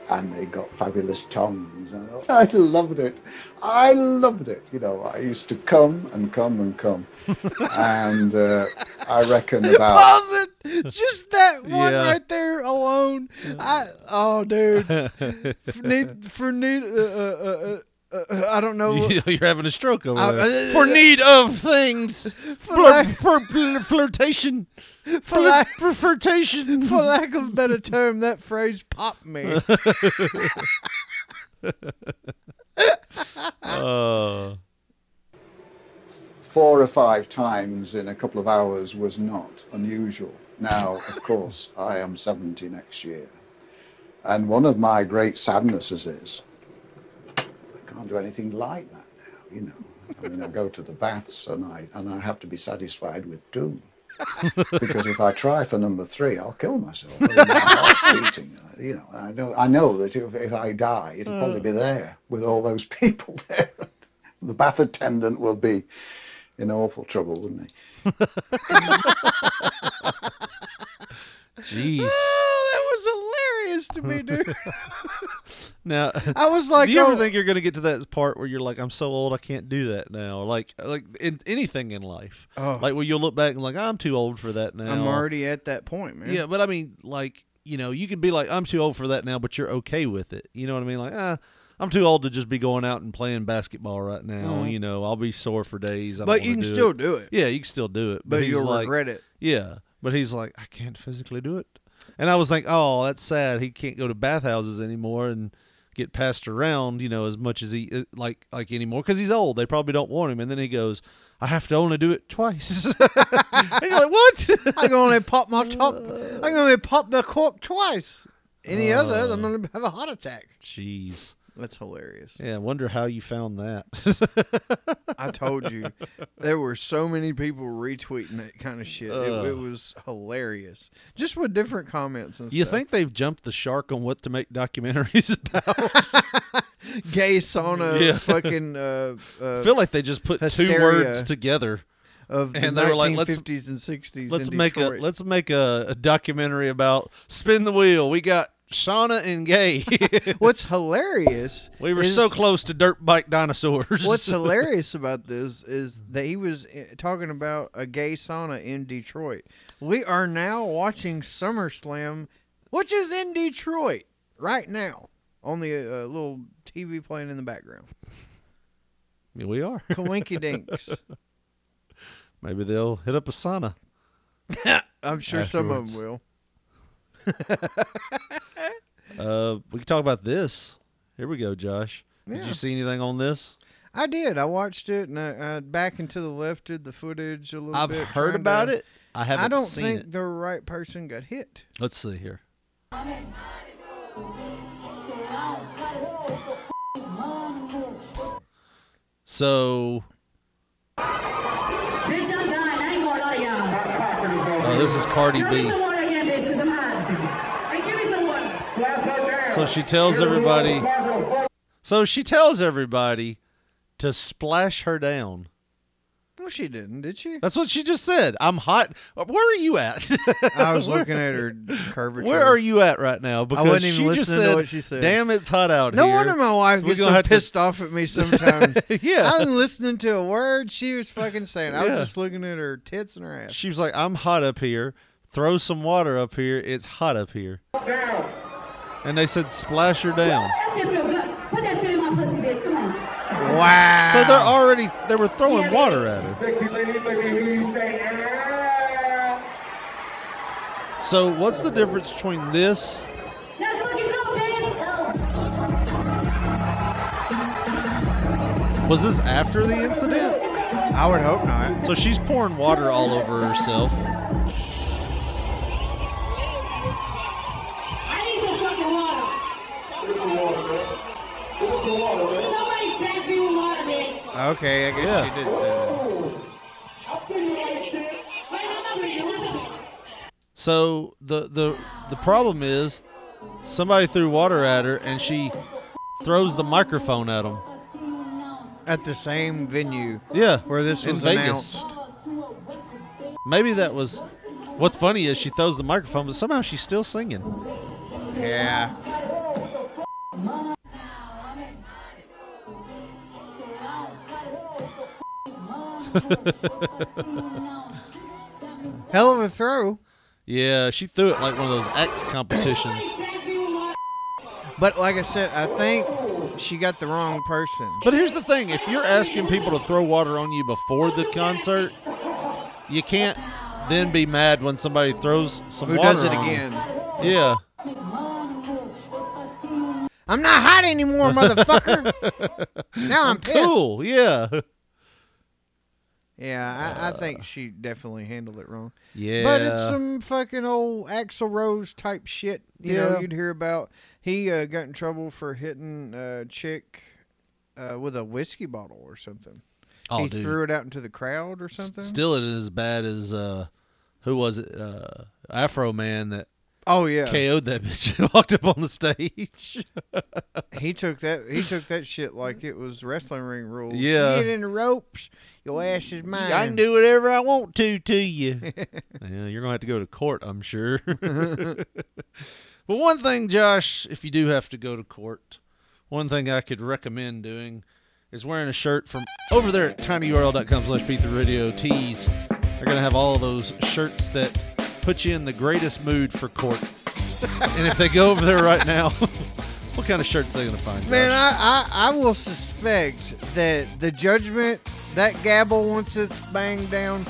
Speaker 12: And they got fabulous tongues. And I loved it. I loved it. You know, I used to come and come and come. and uh, I reckon about.
Speaker 7: Pause it. Just that one
Speaker 12: Yeah.
Speaker 7: right there alone. I oh dude. For need for need uh, uh, uh, uh, uh, I don't know. what-
Speaker 5: You're having a stroke over
Speaker 7: I-
Speaker 5: there.
Speaker 7: uh,
Speaker 5: for need of things.
Speaker 7: For
Speaker 5: Blur-
Speaker 7: lack-
Speaker 5: for bl- flirtation.
Speaker 7: for
Speaker 5: Blur-
Speaker 7: lack
Speaker 5: for flirtation.
Speaker 7: for lack of a better term, that phrase popped me.
Speaker 5: Uh,
Speaker 12: four or five times in a couple of hours was not unusual. Now, of course, I am 70 next year. And one of my great sadnesses is I can't do anything like that now, you know. I mean, I go to the baths and I, and I have to be satisfied with two. because if I try for number three, I'll kill myself. I mean, my heart's beating, you know, and I know, I know that if, if I die, it'll probably be there with all those people there. the bath attendant will be in awful trouble, wouldn't he?
Speaker 5: Jeez.
Speaker 7: Oh, that was hilarious to me, dude.
Speaker 5: Now
Speaker 7: I was like,
Speaker 5: do you ever
Speaker 7: oh-
Speaker 5: think you're gonna get to that part where you're like, I'm so old, I can't do that now? Like, like in anything in life,
Speaker 7: Oh.
Speaker 5: like where you'll look back and like, I'm too old for that now.
Speaker 7: I'm already at that point, man.
Speaker 5: Yeah, but I mean, like, you know, you could be like, I'm too old for that now, but you're okay with it. You know what I mean? Like, ah, I'm too old to just be going out and playing basketball right now.
Speaker 7: Mhm.
Speaker 5: You know, I'll be sore for days. I
Speaker 7: But
Speaker 5: don't
Speaker 7: you
Speaker 5: wanna
Speaker 7: can
Speaker 5: do
Speaker 7: still
Speaker 5: it.
Speaker 7: do it.
Speaker 5: Yeah, you can still do it.
Speaker 7: But
Speaker 5: he's
Speaker 7: you'll
Speaker 5: like-
Speaker 7: regret it.
Speaker 5: Yeah, but he's like, I can't physically do it. And I was like, oh, that's sad. He can't go to bathhouses anymore and get passed around, you know, as much as he uh, like like anymore because he's old. They probably don't want him. And then he goes, I have to only do it twice. and you're like, what?
Speaker 7: I can only pop my top. I can only pop the cork twice. Any
Speaker 5: Oh.
Speaker 7: other, I'm gonna have a heart attack.
Speaker 5: Jeez.
Speaker 7: Uh. That's hilarious.
Speaker 5: Yeah, I wonder how you found that.
Speaker 7: I told you, there were so many people retweeting that kind of shit.
Speaker 5: Ugh.
Speaker 7: It, it was hilarious, just with different comments and
Speaker 5: you
Speaker 7: stuff.
Speaker 5: think they've jumped the shark on what to make documentaries about?
Speaker 7: think gay sauna,
Speaker 5: Yeah.
Speaker 7: fucking. Uh, uh,
Speaker 5: I feel like they just put two
Speaker 7: hysteria
Speaker 5: words together.
Speaker 7: of the
Speaker 5: and they were like, let's-
Speaker 7: 1950s and 60s.
Speaker 5: Let's
Speaker 7: in
Speaker 5: make
Speaker 7: Detroit.
Speaker 5: a let's make a, a documentary about spin the wheel. We got Shauna and Gay.
Speaker 7: What's hilarious?
Speaker 5: we were
Speaker 7: is-
Speaker 5: so close to dirt bike dinosaurs.
Speaker 7: What's hilarious about this is that he was uh, talking about a gay sauna in Detroit. We are now watching SummerSlam, which is in Detroit right now on the uh, little TV playing in the background.
Speaker 5: Yeah, we are.
Speaker 7: Coinky dinks.
Speaker 5: Maybe they'll hit up a sauna.
Speaker 7: I'm sure some of
Speaker 5: Afterwards.
Speaker 7: them will.
Speaker 5: Uh, we can talk about this. Here we go, Josh. Did
Speaker 7: Yeah.
Speaker 5: you see anything on this?
Speaker 7: I did. I watched it and I, uh, back and to the left did the footage a little
Speaker 5: I've
Speaker 7: bit.
Speaker 5: heard
Speaker 7: trying
Speaker 5: about
Speaker 7: to-
Speaker 5: it. I haven't
Speaker 7: I don't
Speaker 5: seen
Speaker 7: think
Speaker 5: it.
Speaker 7: the right person got hit.
Speaker 5: Let's see here. So
Speaker 13: Bitch, I'm dying. I ain't gonna lie to y'all.
Speaker 5: uh, this is Cardi
Speaker 13: Give me
Speaker 5: B.
Speaker 13: some water again, bitch, 'cause I'm high. And give me some water.
Speaker 5: So she tells everybody. So she tells everybody to splash her down.
Speaker 7: Well, she didn't, did she?
Speaker 5: That's what she just said. I'm hot. Where are you at?
Speaker 7: I was
Speaker 5: Where-
Speaker 7: looking at her curvature.
Speaker 5: Where are you at right now? Because
Speaker 7: wasn't even
Speaker 5: she just
Speaker 7: listening to
Speaker 5: said,
Speaker 7: what she said.
Speaker 5: Damn, it's hot out
Speaker 7: No
Speaker 5: here.
Speaker 7: wonder my wife
Speaker 5: We're
Speaker 7: gets
Speaker 5: gonna
Speaker 7: so
Speaker 5: have to-
Speaker 7: pissed off at me sometimes.
Speaker 5: Yeah.
Speaker 7: I'm listening to a word she was fucking saying. I
Speaker 5: Yeah.
Speaker 7: was just looking at her tits and her ass.
Speaker 5: She was like, I'm hot up here. Throw some water up here. It's hot up here. And they said, splash her down.
Speaker 13: That shit feel good. Put that shit in my pussy, bitch. Come on.
Speaker 7: Wow.
Speaker 5: So they're already they were throwing water at her.
Speaker 13: Sexy lady, look at who you say. "Ah."
Speaker 5: So what's the difference between this
Speaker 13: Let's fucking go, bitch.
Speaker 5: Was this after the incident?
Speaker 7: I would hope not.
Speaker 5: So she's pouring water all over herself.
Speaker 14: I need some fucking water. Give us some water, man. Give us some water, man. Somebody smash me with water, bitch.
Speaker 7: Okay, I guess
Speaker 5: Yeah.
Speaker 7: she did say that.
Speaker 14: I'll see you next time. Wait, I'm not ready.
Speaker 5: So the the the problem is somebody threw water at her and she throws the microphone at them.
Speaker 7: At the same venue.
Speaker 5: Yeah,
Speaker 7: Where this
Speaker 5: in
Speaker 7: was
Speaker 5: Vegas.
Speaker 7: announced.
Speaker 5: Maybe that was. What's funny is she throws the microphone, but somehow she's still singing.
Speaker 7: Yeah. Hell of a throw.
Speaker 5: yeah, she threw it like one of those X competitions.
Speaker 7: But like I said, I think she got the wrong person.
Speaker 5: But here's the thing: if you're asking people to throw water on you before the concert, you can't then be mad when somebody throws some
Speaker 7: Who
Speaker 5: water
Speaker 7: does it
Speaker 5: on you.
Speaker 7: again?
Speaker 5: Yeah.
Speaker 7: I'm not hot anymore, motherfucker. now I'm, pissed.
Speaker 5: cool. Yeah.
Speaker 7: Yeah, I, I think she definitely handled it wrong.
Speaker 5: Yeah.
Speaker 7: But it's some fucking old Axl Rose type shit. You know,
Speaker 5: Yeah.
Speaker 7: you'd hear about. He uh, got in trouble for hitting a chick uh, with a whiskey bottle or something.
Speaker 5: Oh,
Speaker 7: he
Speaker 5: dude.
Speaker 7: threw it out into the crowd or something.
Speaker 5: Still, it is as bad as uh, who was it? Uh, Afro Man that.
Speaker 7: Oh, yeah.
Speaker 5: KO'd that bitch and walked up on the stage.
Speaker 7: he took that. He took that shit like it was wrestling ring rules.
Speaker 5: Yeah.
Speaker 7: You get in the ropes, your ass is mine.
Speaker 5: I can do whatever I want to to you. yeah, you're gonna have to go to court, I'm sure. but one thing, Josh, if you do have to go to court, one thing I could recommend doing is wearing a shirt from over there at tinyurl.com slash p3 radio tees. They're gonna have all those shirts that put you in the greatest mood for court. and if they go over there right now, what kind of shirts they gonna find?
Speaker 7: Man,
Speaker 5: Josh?
Speaker 7: I, I, I will suspect that the judgment, that gavel, once it's banged down,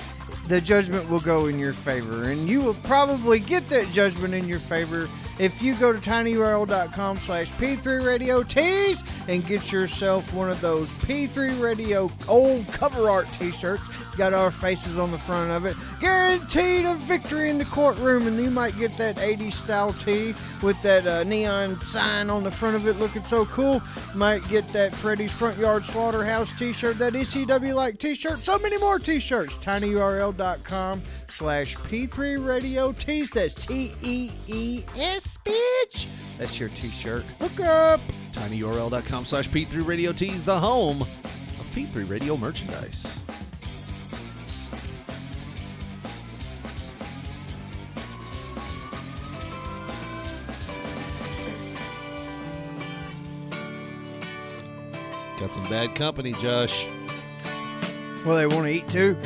Speaker 7: the judgment will go in your favor. And you will probably get that judgment in your favor if you go to tinyurl.com slash P3 Radio Tees and get yourself one of those P3 Radio old cover art t shirts. Got our faces on the front of it. Guaranteed a victory in the courtroom, and you might get that 80s style tee with that uh, neon sign on the front of it looking so cool. Might get that Freddy's Front Yard Slaughterhouse t shirt, that ECW like t shirt, so many more t shirts. tinyurl.com slash P3 Radio Tees. That's T E E S, bitch. That's your t shirt. Hook up.
Speaker 5: tinyurl.com slash p3 radio tees the home of p3 radio merchandise got some bad company josh
Speaker 7: Well, they want to eat too.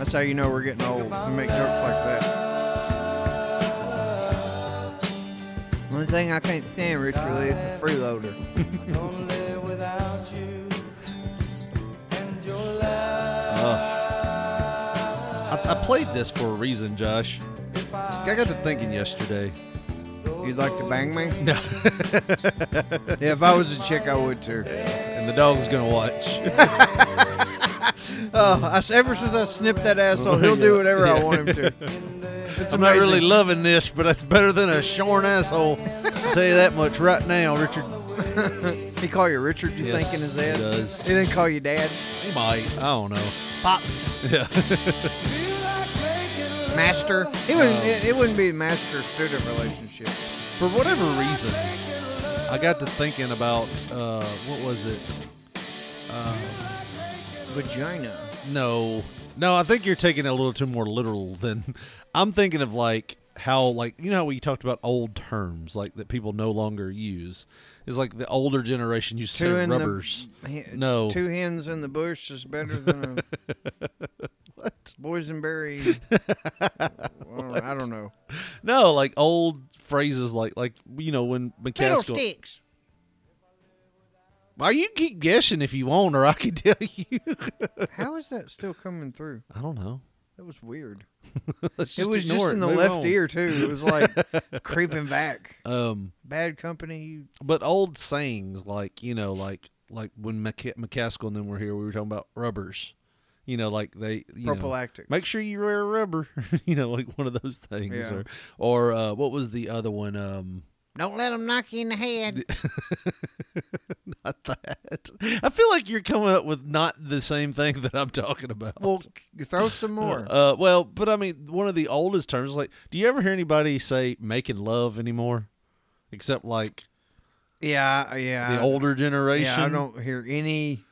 Speaker 7: That's how you know we're getting old. We make jokes like that. One thing I can't stand, Richard Lee, is a freeloader.
Speaker 5: I, I played this for a reason josh i got to thinking yesterday
Speaker 7: You'd like to bang me?
Speaker 5: No.
Speaker 7: yeah, if I was a chick, I would too.
Speaker 5: and the dog's gonna watch
Speaker 7: Oh, I, s- ever since I snipped that asshole, he'll do whatever I want him to. It's
Speaker 5: I'm not
Speaker 7: amazing.
Speaker 5: really loving this, but that's better than a shorn asshole. I'll tell you that much right now, Richard.
Speaker 7: he call you Richard, you
Speaker 5: Yes,
Speaker 7: think in his head?
Speaker 5: he does.
Speaker 7: He didn't call you dad.
Speaker 5: He might. I don't know.
Speaker 7: Pops.
Speaker 5: Yeah.
Speaker 7: Master. It wouldn't, it, it wouldn't be master student relationship.
Speaker 5: For whatever reason, I got to thinking about uh, what was it? Um,
Speaker 7: Vagina.
Speaker 5: no, no. I think you're taking it a little too more literal than I'm thinking of. Like how, like you know, how we talked about old terms like that people no longer use. It's like the older generation used to say
Speaker 7: in
Speaker 5: rubbers.
Speaker 7: The, he-
Speaker 5: no,
Speaker 7: Two hens in the bush is better than a
Speaker 5: What?
Speaker 7: boysenberry. well, I don't know.
Speaker 5: No, like old phrases, like like you know when McCaskill.
Speaker 7: Fiddlesticks.
Speaker 5: Why you keep guessing if you want, or I can tell you.
Speaker 7: How is that still coming through?
Speaker 5: I don't know.
Speaker 7: That was weird.
Speaker 5: Let's
Speaker 7: it
Speaker 5: just
Speaker 7: was just
Speaker 5: ignore it.
Speaker 7: in the
Speaker 5: Move
Speaker 7: left
Speaker 5: on.
Speaker 7: ear too. It was like creeping back.
Speaker 5: Um,
Speaker 7: Bad company.
Speaker 5: but old sayings like you know, like like when McC- McCaskill and them were here, we were talking about rubbers. You know, like they you know,
Speaker 7: Prophylactics.
Speaker 5: make sure you wear a rubber. you know, like one of those things.
Speaker 7: Yeah.
Speaker 5: Or or uh, what was the other one? Um,
Speaker 7: Don't let them knock you in the head.
Speaker 5: not that. I feel like you're coming up with not the same thing that I'm talking about.
Speaker 7: well, c- throw some more.
Speaker 5: Uh, well, but I mean, one of the oldest terms, like, do you ever hear anybody say making love anymore? Except like
Speaker 7: Yeah, yeah.
Speaker 5: the older generation.
Speaker 7: Yeah, I don't hear any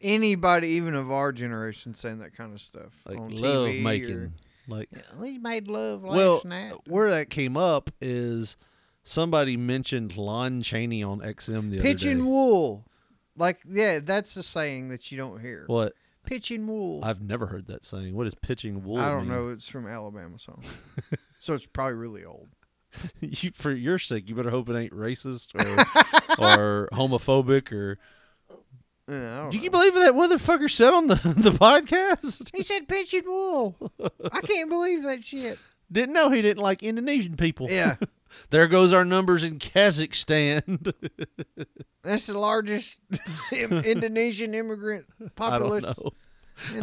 Speaker 7: anybody even of our generation saying that kind of stuff
Speaker 5: like
Speaker 7: on
Speaker 5: love
Speaker 7: TV
Speaker 5: making.
Speaker 7: or-
Speaker 5: Like,
Speaker 7: we made love last
Speaker 5: well,
Speaker 7: night.
Speaker 5: where that came up is somebody mentioned Lon Chaney on XM the other
Speaker 7: Pitching
Speaker 5: day.
Speaker 7: wool. Like yeah, that's a saying that you don't hear.
Speaker 5: What?
Speaker 7: Pitching wool.
Speaker 5: I've never heard that saying. What is pitching wool?
Speaker 7: I don't
Speaker 5: mean?
Speaker 7: know. It's from Alabama song. so it's probably really old.
Speaker 5: you, for your sake, you better hope it ain't racist or, or homophobic or.
Speaker 7: Yeah, I don't
Speaker 5: Do you believe that motherfucker said on the, the podcast?
Speaker 7: He said pitching wool. I can't believe that shit.
Speaker 5: Didn't know he didn't like Indonesian people.
Speaker 7: Yeah.
Speaker 5: there goes our numbers in Kazakhstan.
Speaker 7: That's the largest im- Indonesian immigrant
Speaker 5: I don't
Speaker 7: populace.
Speaker 5: know.
Speaker 7: in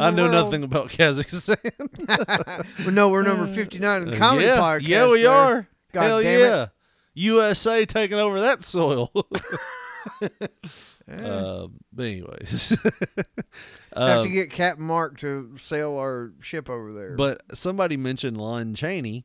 Speaker 5: I
Speaker 7: the
Speaker 5: know
Speaker 7: world.
Speaker 5: nothing about Kazakhstan.
Speaker 7: well, no, we're number 59 in the
Speaker 5: Uh,
Speaker 7: comedy
Speaker 5: yeah,
Speaker 7: podcast.
Speaker 5: Yeah, we
Speaker 7: there.
Speaker 5: are.
Speaker 7: God
Speaker 5: Hell
Speaker 7: damn
Speaker 5: yeah.
Speaker 7: it.
Speaker 5: USA taking over that soil. Um, but anyways,
Speaker 7: have to
Speaker 5: Um,
Speaker 7: get Captain Mark to sail our ship over there.
Speaker 5: But somebody mentioned Lon Chaney,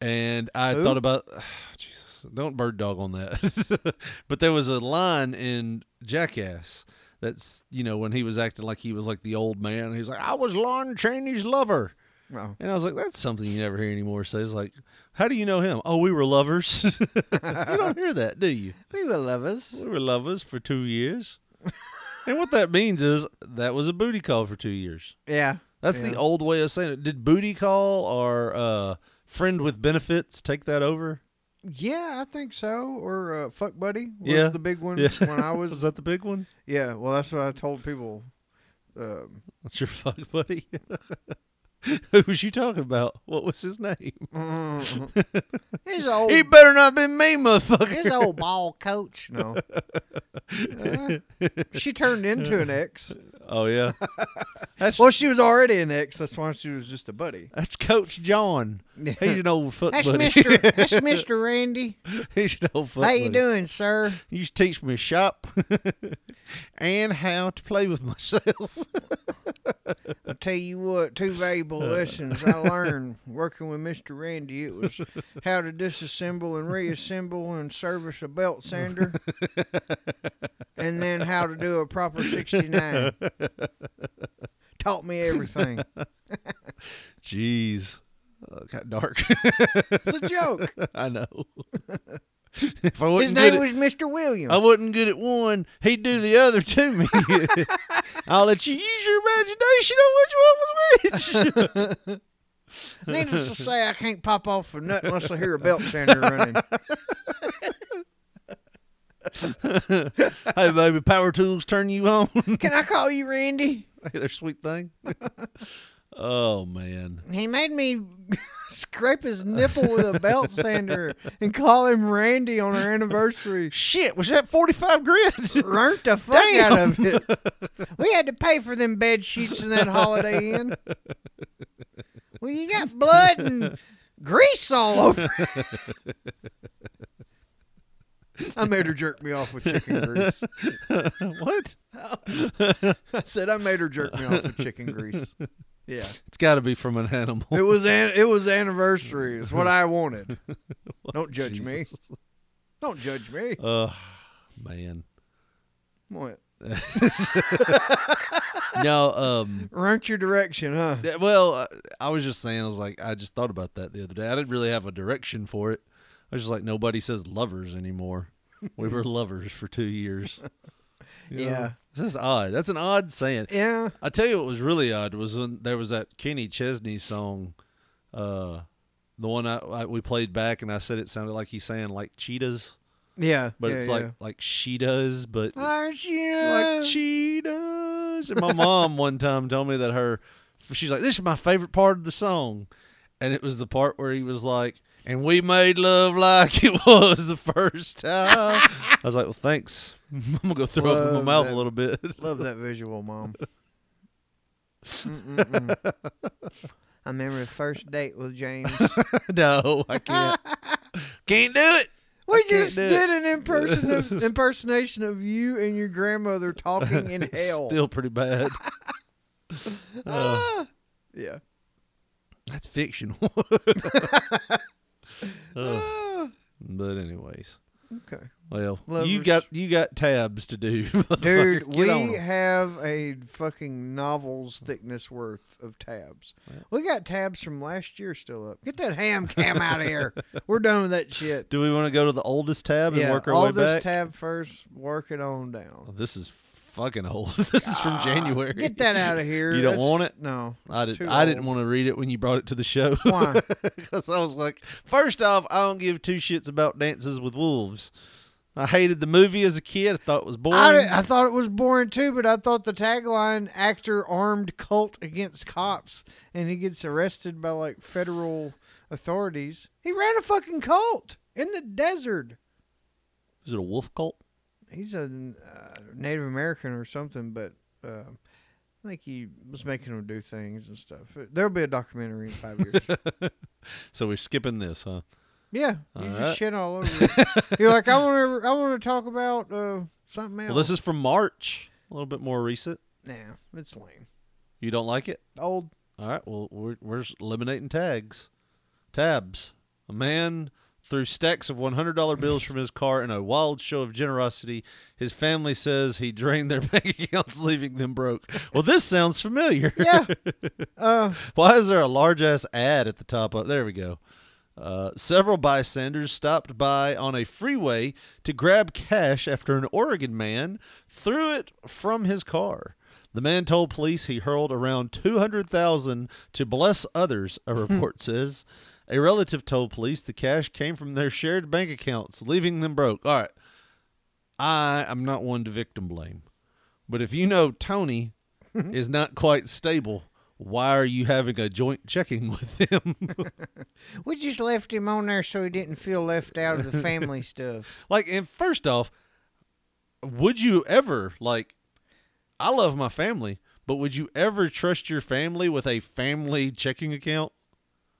Speaker 5: and I
Speaker 7: Who?
Speaker 5: thought about Jesus. Don't bird dog on that. but there was a line in Jackass that's you know when he was acting like he was like the old man. He was like, "I was Lon Chaney's lover,"
Speaker 7: Wow.
Speaker 5: and I was like, "That's something you never hear anymore." So it's like, "How do you know him?" Oh, we were lovers. you don't hear that, do you?
Speaker 7: we were lovers.
Speaker 5: We were lovers for two years. and what that means is that was a booty call for two years.
Speaker 7: Yeah.
Speaker 5: That's
Speaker 7: Yeah.
Speaker 5: the old way of saying it. Did booty call or uh, friend with benefits take that over?
Speaker 7: Yeah, I think so. Or uh, fuck buddy was
Speaker 5: Yeah.
Speaker 7: the big one
Speaker 5: Yeah.
Speaker 7: when I was.
Speaker 5: Was that the big one?
Speaker 7: yeah, well, that's what I told people. Um,
Speaker 5: That's your fuck buddy. Who was you talking about? What was his name?
Speaker 7: He's old.
Speaker 5: He better not be me, motherfucker.
Speaker 7: His old ball coach. No. Uh, she turned into an ex.
Speaker 5: Oh yeah,
Speaker 7: well, she was already an ex. That's why she was just a buddy.
Speaker 5: that's Coach John. He's an old fuck
Speaker 7: That's
Speaker 5: buddy.
Speaker 7: Mr. That's Mr. Randy.
Speaker 5: He's an old fuck
Speaker 7: How you
Speaker 5: buddy.
Speaker 7: doing, sir?
Speaker 5: You used to teach me to shop and how to play with myself.
Speaker 7: I tell you what,
Speaker 5: Uh.
Speaker 7: two valuable lessons I learned working with Mr. Randy. It was how to disassemble and reassemble and service a belt sander, and then how to do a proper 69. Taught me everything.
Speaker 5: Jeez. Oh, it got dark.
Speaker 7: It's a joke.
Speaker 5: I know. if I
Speaker 7: His
Speaker 5: wasn't
Speaker 7: name
Speaker 5: good
Speaker 7: was
Speaker 5: at,
Speaker 7: Mr. Williams.
Speaker 5: I wasn't good at one, he'd do the other to me. I'll let you use your imagination on which one was which.
Speaker 7: Needless to say, I can't pop off for nothing unless I hear a belt sander running.
Speaker 5: hey, baby, power tools turn you on.
Speaker 7: Can I call you Randy?
Speaker 5: They're a sweet thing. oh, man.
Speaker 7: He made me scrape his nipple with a belt sander and call him Randy on our anniversary.
Speaker 5: Shit, was that 45 grit?
Speaker 7: Burnt the fuck out of it. We had to pay for them bed sheets in that Holiday Inn. Well, you got blood and grease all over. it. I made her jerk me off with chicken grease.
Speaker 5: what?
Speaker 7: I said I made her jerk me off with chicken grease. Yeah.
Speaker 5: It's got to be from an animal.
Speaker 7: It was an, it was anniversary. It's what I wanted. Don't judge me. Don't judge me.
Speaker 5: Oh, man.
Speaker 7: What?
Speaker 5: No, um,
Speaker 7: Rent your direction, huh?
Speaker 5: Yeah, well, I- I was just saying, I was like, I just thought about that the other day. I didn't really have a direction for it. I was just like, nobody says lovers anymore. We were lovers for two years. You know?
Speaker 7: Yeah.
Speaker 5: This is odd. That's an odd saying.
Speaker 7: Yeah.
Speaker 5: I tell you what was really odd was when there was that Kenny Chesney song, uh, the one I, I we played back, and I said it sounded like he's saying like cheetahs,
Speaker 7: Yeah.
Speaker 5: but
Speaker 7: yeah,
Speaker 5: it's
Speaker 7: yeah. Ah,
Speaker 5: like like she does, but
Speaker 7: Aren't you
Speaker 5: like cheetahs. And my mom one time told me that her she's like, "This is my favorite part of the song," and it was the part where he was like, "And we made love like it was the first time." I was like, "Well, thanks. I'm gonna go throw up in my
Speaker 7: Love
Speaker 5: mouth
Speaker 7: that-
Speaker 5: a little bit."
Speaker 7: love that visual, mom. Mm-mm-mm. I remember the first date with James.
Speaker 5: no, I can't. can't do it.
Speaker 7: We
Speaker 5: I can't
Speaker 7: just
Speaker 5: do it.
Speaker 7: did an imperson impersonation of you and your grandmother talking in hell.
Speaker 5: Still pretty bad. Uh,
Speaker 7: Ah. yeah.
Speaker 5: that's fictional. Uh, but anyways.
Speaker 7: Okay.
Speaker 5: Well, you
Speaker 7: Lovers.
Speaker 5: got you got tabs to do, motherfucker.
Speaker 7: Dude,
Speaker 5: Get
Speaker 7: we
Speaker 5: on 'em.
Speaker 7: have a fucking novel's thickness worth of tabs. We got tabs from last year still up. Get that ham cam out of here. We're done with that shit.
Speaker 5: Do we want to go to the oldest tab and
Speaker 7: yeah,
Speaker 5: work our
Speaker 7: all
Speaker 5: way
Speaker 7: this
Speaker 5: back? Oh,
Speaker 7: tab first, work it on down.
Speaker 5: this is fucking old. this is from January.
Speaker 7: Ah, Get that out of here.
Speaker 5: You don't
Speaker 7: That's-
Speaker 5: want it?
Speaker 7: No.
Speaker 5: I
Speaker 7: it's
Speaker 5: did.
Speaker 7: too
Speaker 5: I didn't
Speaker 7: old.
Speaker 5: want to read it when you brought it to the show.
Speaker 7: Why?
Speaker 5: Because I was like, first off, I don't give two shits about Dances with Wolves. I hated the movie as a kid. I thought it was boring.
Speaker 7: I, di- I thought it was boring too, but I thought the tagline "Actor armed cult against cops" and he gets arrested by like federal authorities. He ran a fucking cult in the desert.
Speaker 5: Is it a wolf cult?
Speaker 7: He's a uh, Native American or something, but uh, I think he was making them do things and stuff. Uh, There'll be a documentary in five years.
Speaker 5: so we're skipping this, huh?
Speaker 7: yeah, you
Speaker 5: All
Speaker 7: just
Speaker 5: right.
Speaker 7: shit all over. it. You're like, I want to, I want to talk about uh, something else.
Speaker 5: Well, this is from March, a little bit more recent.
Speaker 7: nah, it's lame.
Speaker 5: You don't like it?
Speaker 7: Old.
Speaker 5: All right. Well, we're, we're just eliminating tags. Tabs. A man threw stacks of $100 bills from his car in a wild show of generosity. His family says he drained their bank accounts, leaving them broke. Well, this sounds familiar.
Speaker 7: Yeah. Uh,
Speaker 5: Why is there a large ass ad at the top of? There we go. Uh, several bystanders stopped by on a freeway to grab cash after an Oregon man threw it from his car. The man told police he hurled around two hundred thousand to bless others. A report says. A relative told police the cash came from their shared bank accounts, leaving them broke. All right. I am not one to victim blame. But if you know Tony is not quite stable, why are you having a joint checking with him?
Speaker 7: We just left him on there so he didn't feel left out of the family stuff.
Speaker 5: like, and first off, would you ever, like, I love my family, but would you ever trust your family with a family checking account?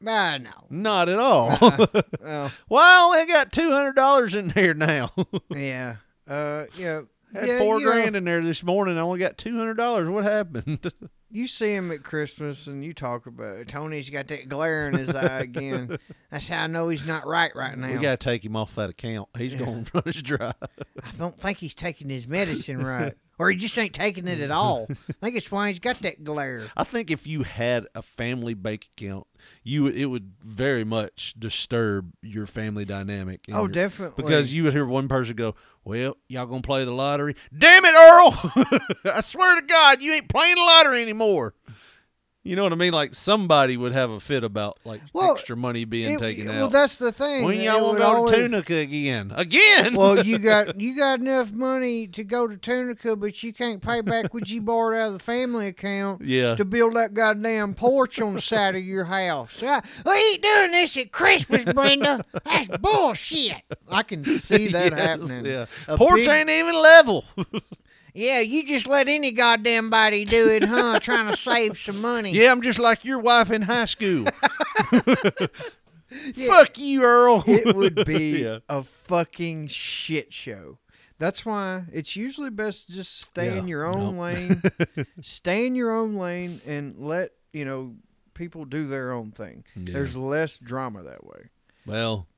Speaker 7: Ah, no.
Speaker 5: Not at all.
Speaker 7: Oh,
Speaker 5: well, I only got $200 in there now.
Speaker 7: yeah. Uh, yeah.
Speaker 5: I had
Speaker 7: yeah,
Speaker 5: four
Speaker 7: you know,
Speaker 5: grand in there this morning. I only got $200. What happened?
Speaker 7: you see him at Christmas and you talk about it. Tony's got that glare in his eye again. That's how I know he's not right right now.
Speaker 5: We got to take him off that account. He's going to run us dry.
Speaker 7: I don't think he's taking his medicine right. Or he just ain't taking it at all. I think it's why he's got that glare.
Speaker 5: I think if you had a family bank account, you would- it would very much disturb your family dynamic. and
Speaker 7: Oh,
Speaker 5: your-
Speaker 7: definitely.
Speaker 5: Because you would hear one person go, "Well, y'all gonna play the lottery? Damn it, Earl! I swear to God, you ain't playing the lottery anymore." You know what I mean? Like somebody would have a fit about like
Speaker 7: Well,
Speaker 5: extra money being
Speaker 7: It-
Speaker 5: taken
Speaker 7: well,
Speaker 5: out.
Speaker 7: that's the thing.
Speaker 5: when
Speaker 7: It
Speaker 5: y'all
Speaker 7: would
Speaker 5: wanna go
Speaker 7: always-
Speaker 5: to Tunica again? Again?
Speaker 7: well, you got you got enough money to go to Tunica, but you can't pay back what you borrowed out of the family account.
Speaker 5: Yeah.
Speaker 7: To build that goddamn porch on the side of your house. I, we ain't doing this at Christmas, Brenda. That's bullshit. I can see that
Speaker 5: Yes,
Speaker 7: happening.
Speaker 5: Yeah.
Speaker 7: A
Speaker 5: Porch
Speaker 7: big-
Speaker 5: ain't even level.
Speaker 7: Yeah, you just let any goddamn body do it, huh? Trying to save some money.
Speaker 5: Yeah, I'm just like your wife in high school. Fuck you, Earl.
Speaker 7: It would be
Speaker 5: Yeah.
Speaker 7: a fucking shit show. That's why it's usually best to just stay in
Speaker 5: Yeah,
Speaker 7: your own
Speaker 5: no.
Speaker 7: lane. stay in your own lane and let, you know, people do their own thing.
Speaker 5: Yeah.
Speaker 7: There's less drama that way.
Speaker 5: Well,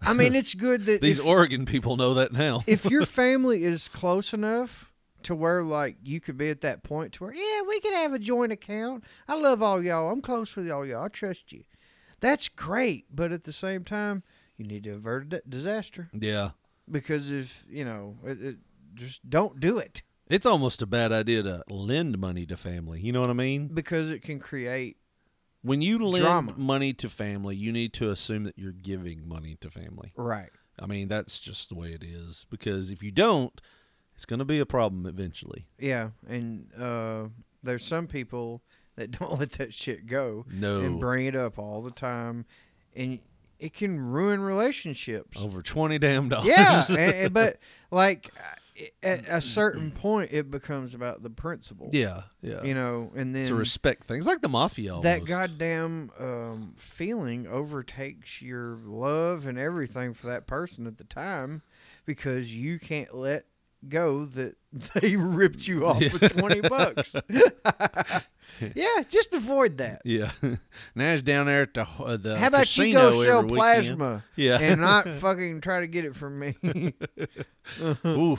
Speaker 7: I mean, it's good that
Speaker 5: these
Speaker 7: if,
Speaker 5: Oregon people know that now.
Speaker 7: if your family is close enough to where like you could be at that point to where yeah we can have a joint account i love all y'all i'm close with all y'all i trust you that's great but at the same time you need to avert a di- disaster
Speaker 5: yeah.
Speaker 7: because if you know it, it, just don't do it
Speaker 5: It's almost a bad idea to lend money to family. You know what I mean?
Speaker 7: because it can create
Speaker 5: When you lend
Speaker 7: Drama.
Speaker 5: money to family, you need to assume that you're giving money to family.
Speaker 7: right
Speaker 5: I mean, that's just the way it is because if you don't, it's going to be a problem eventually.
Speaker 7: yeah and uh, there's some people that don't let that shit go.
Speaker 5: No.
Speaker 7: And bring it up all the time. And it can ruin relationships.
Speaker 5: Over twenty damn dollars.
Speaker 7: Yeah, and- and- but like uh, at a certain point, it becomes about the principle.
Speaker 5: Yeah, yeah.
Speaker 7: You know, and then
Speaker 5: it's a respect thing. It's like the mafia. Almost.
Speaker 7: that goddamn um, feeling overtakes your love and everything for that person at the time because you can't let go that they ripped you off for 20 bucks. yeah, just avoid that.
Speaker 5: Yeah, Nash down there at the uh, the
Speaker 7: How about you
Speaker 5: casino
Speaker 7: go sell
Speaker 5: every weekend.
Speaker 7: plasma
Speaker 5: Yeah,
Speaker 7: and not fucking try to get it from me?
Speaker 5: Ooh,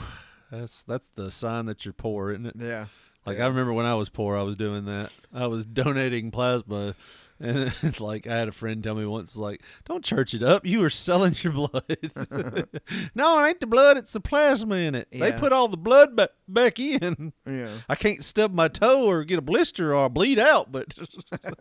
Speaker 5: that's that's the sign that you're poor, isn't it?
Speaker 7: Yeah.
Speaker 5: Like I remember when I was poor, I was doing that. I was donating plasma, and it's like I had a friend tell me once, like, "Don't church it up. You are selling your blood." no, it ain't the blood. It's the plasma in it. They
Speaker 7: Yeah.
Speaker 5: put all the blood back back in.
Speaker 7: Yeah.
Speaker 5: I can't stub my toe or get a blister or bleed out, but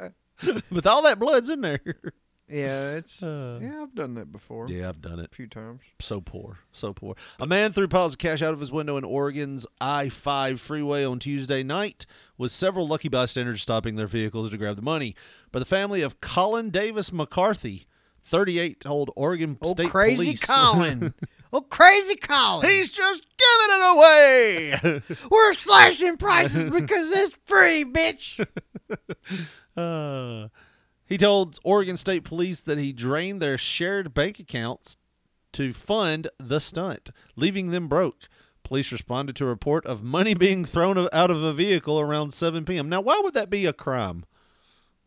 Speaker 5: with all that blood's in there.
Speaker 7: yeah, it's yeah, I've done that before.
Speaker 5: Uh. Yeah, I've done it a
Speaker 7: few times.
Speaker 5: So poor, so poor. A man threw piles of cash out of his window in Oregon's I 5 freeway on Tuesday night, with several lucky bystanders stopping their vehicles to grab the money. But the family of Colin Davis McCarthy, 38, told Oregon State
Speaker 7: crazy
Speaker 5: Police.
Speaker 7: Colin. Oh, crazy Colin.
Speaker 5: He's just giving it away.
Speaker 7: We're slashing prices because it's free, bitch.
Speaker 5: Uh, he told Oregon State Police that he drained their shared bank accounts to fund the stunt, leaving them broke. Police responded to a report of money being thrown o- out of a vehicle around 7 p.m. Now, why would that be a crime?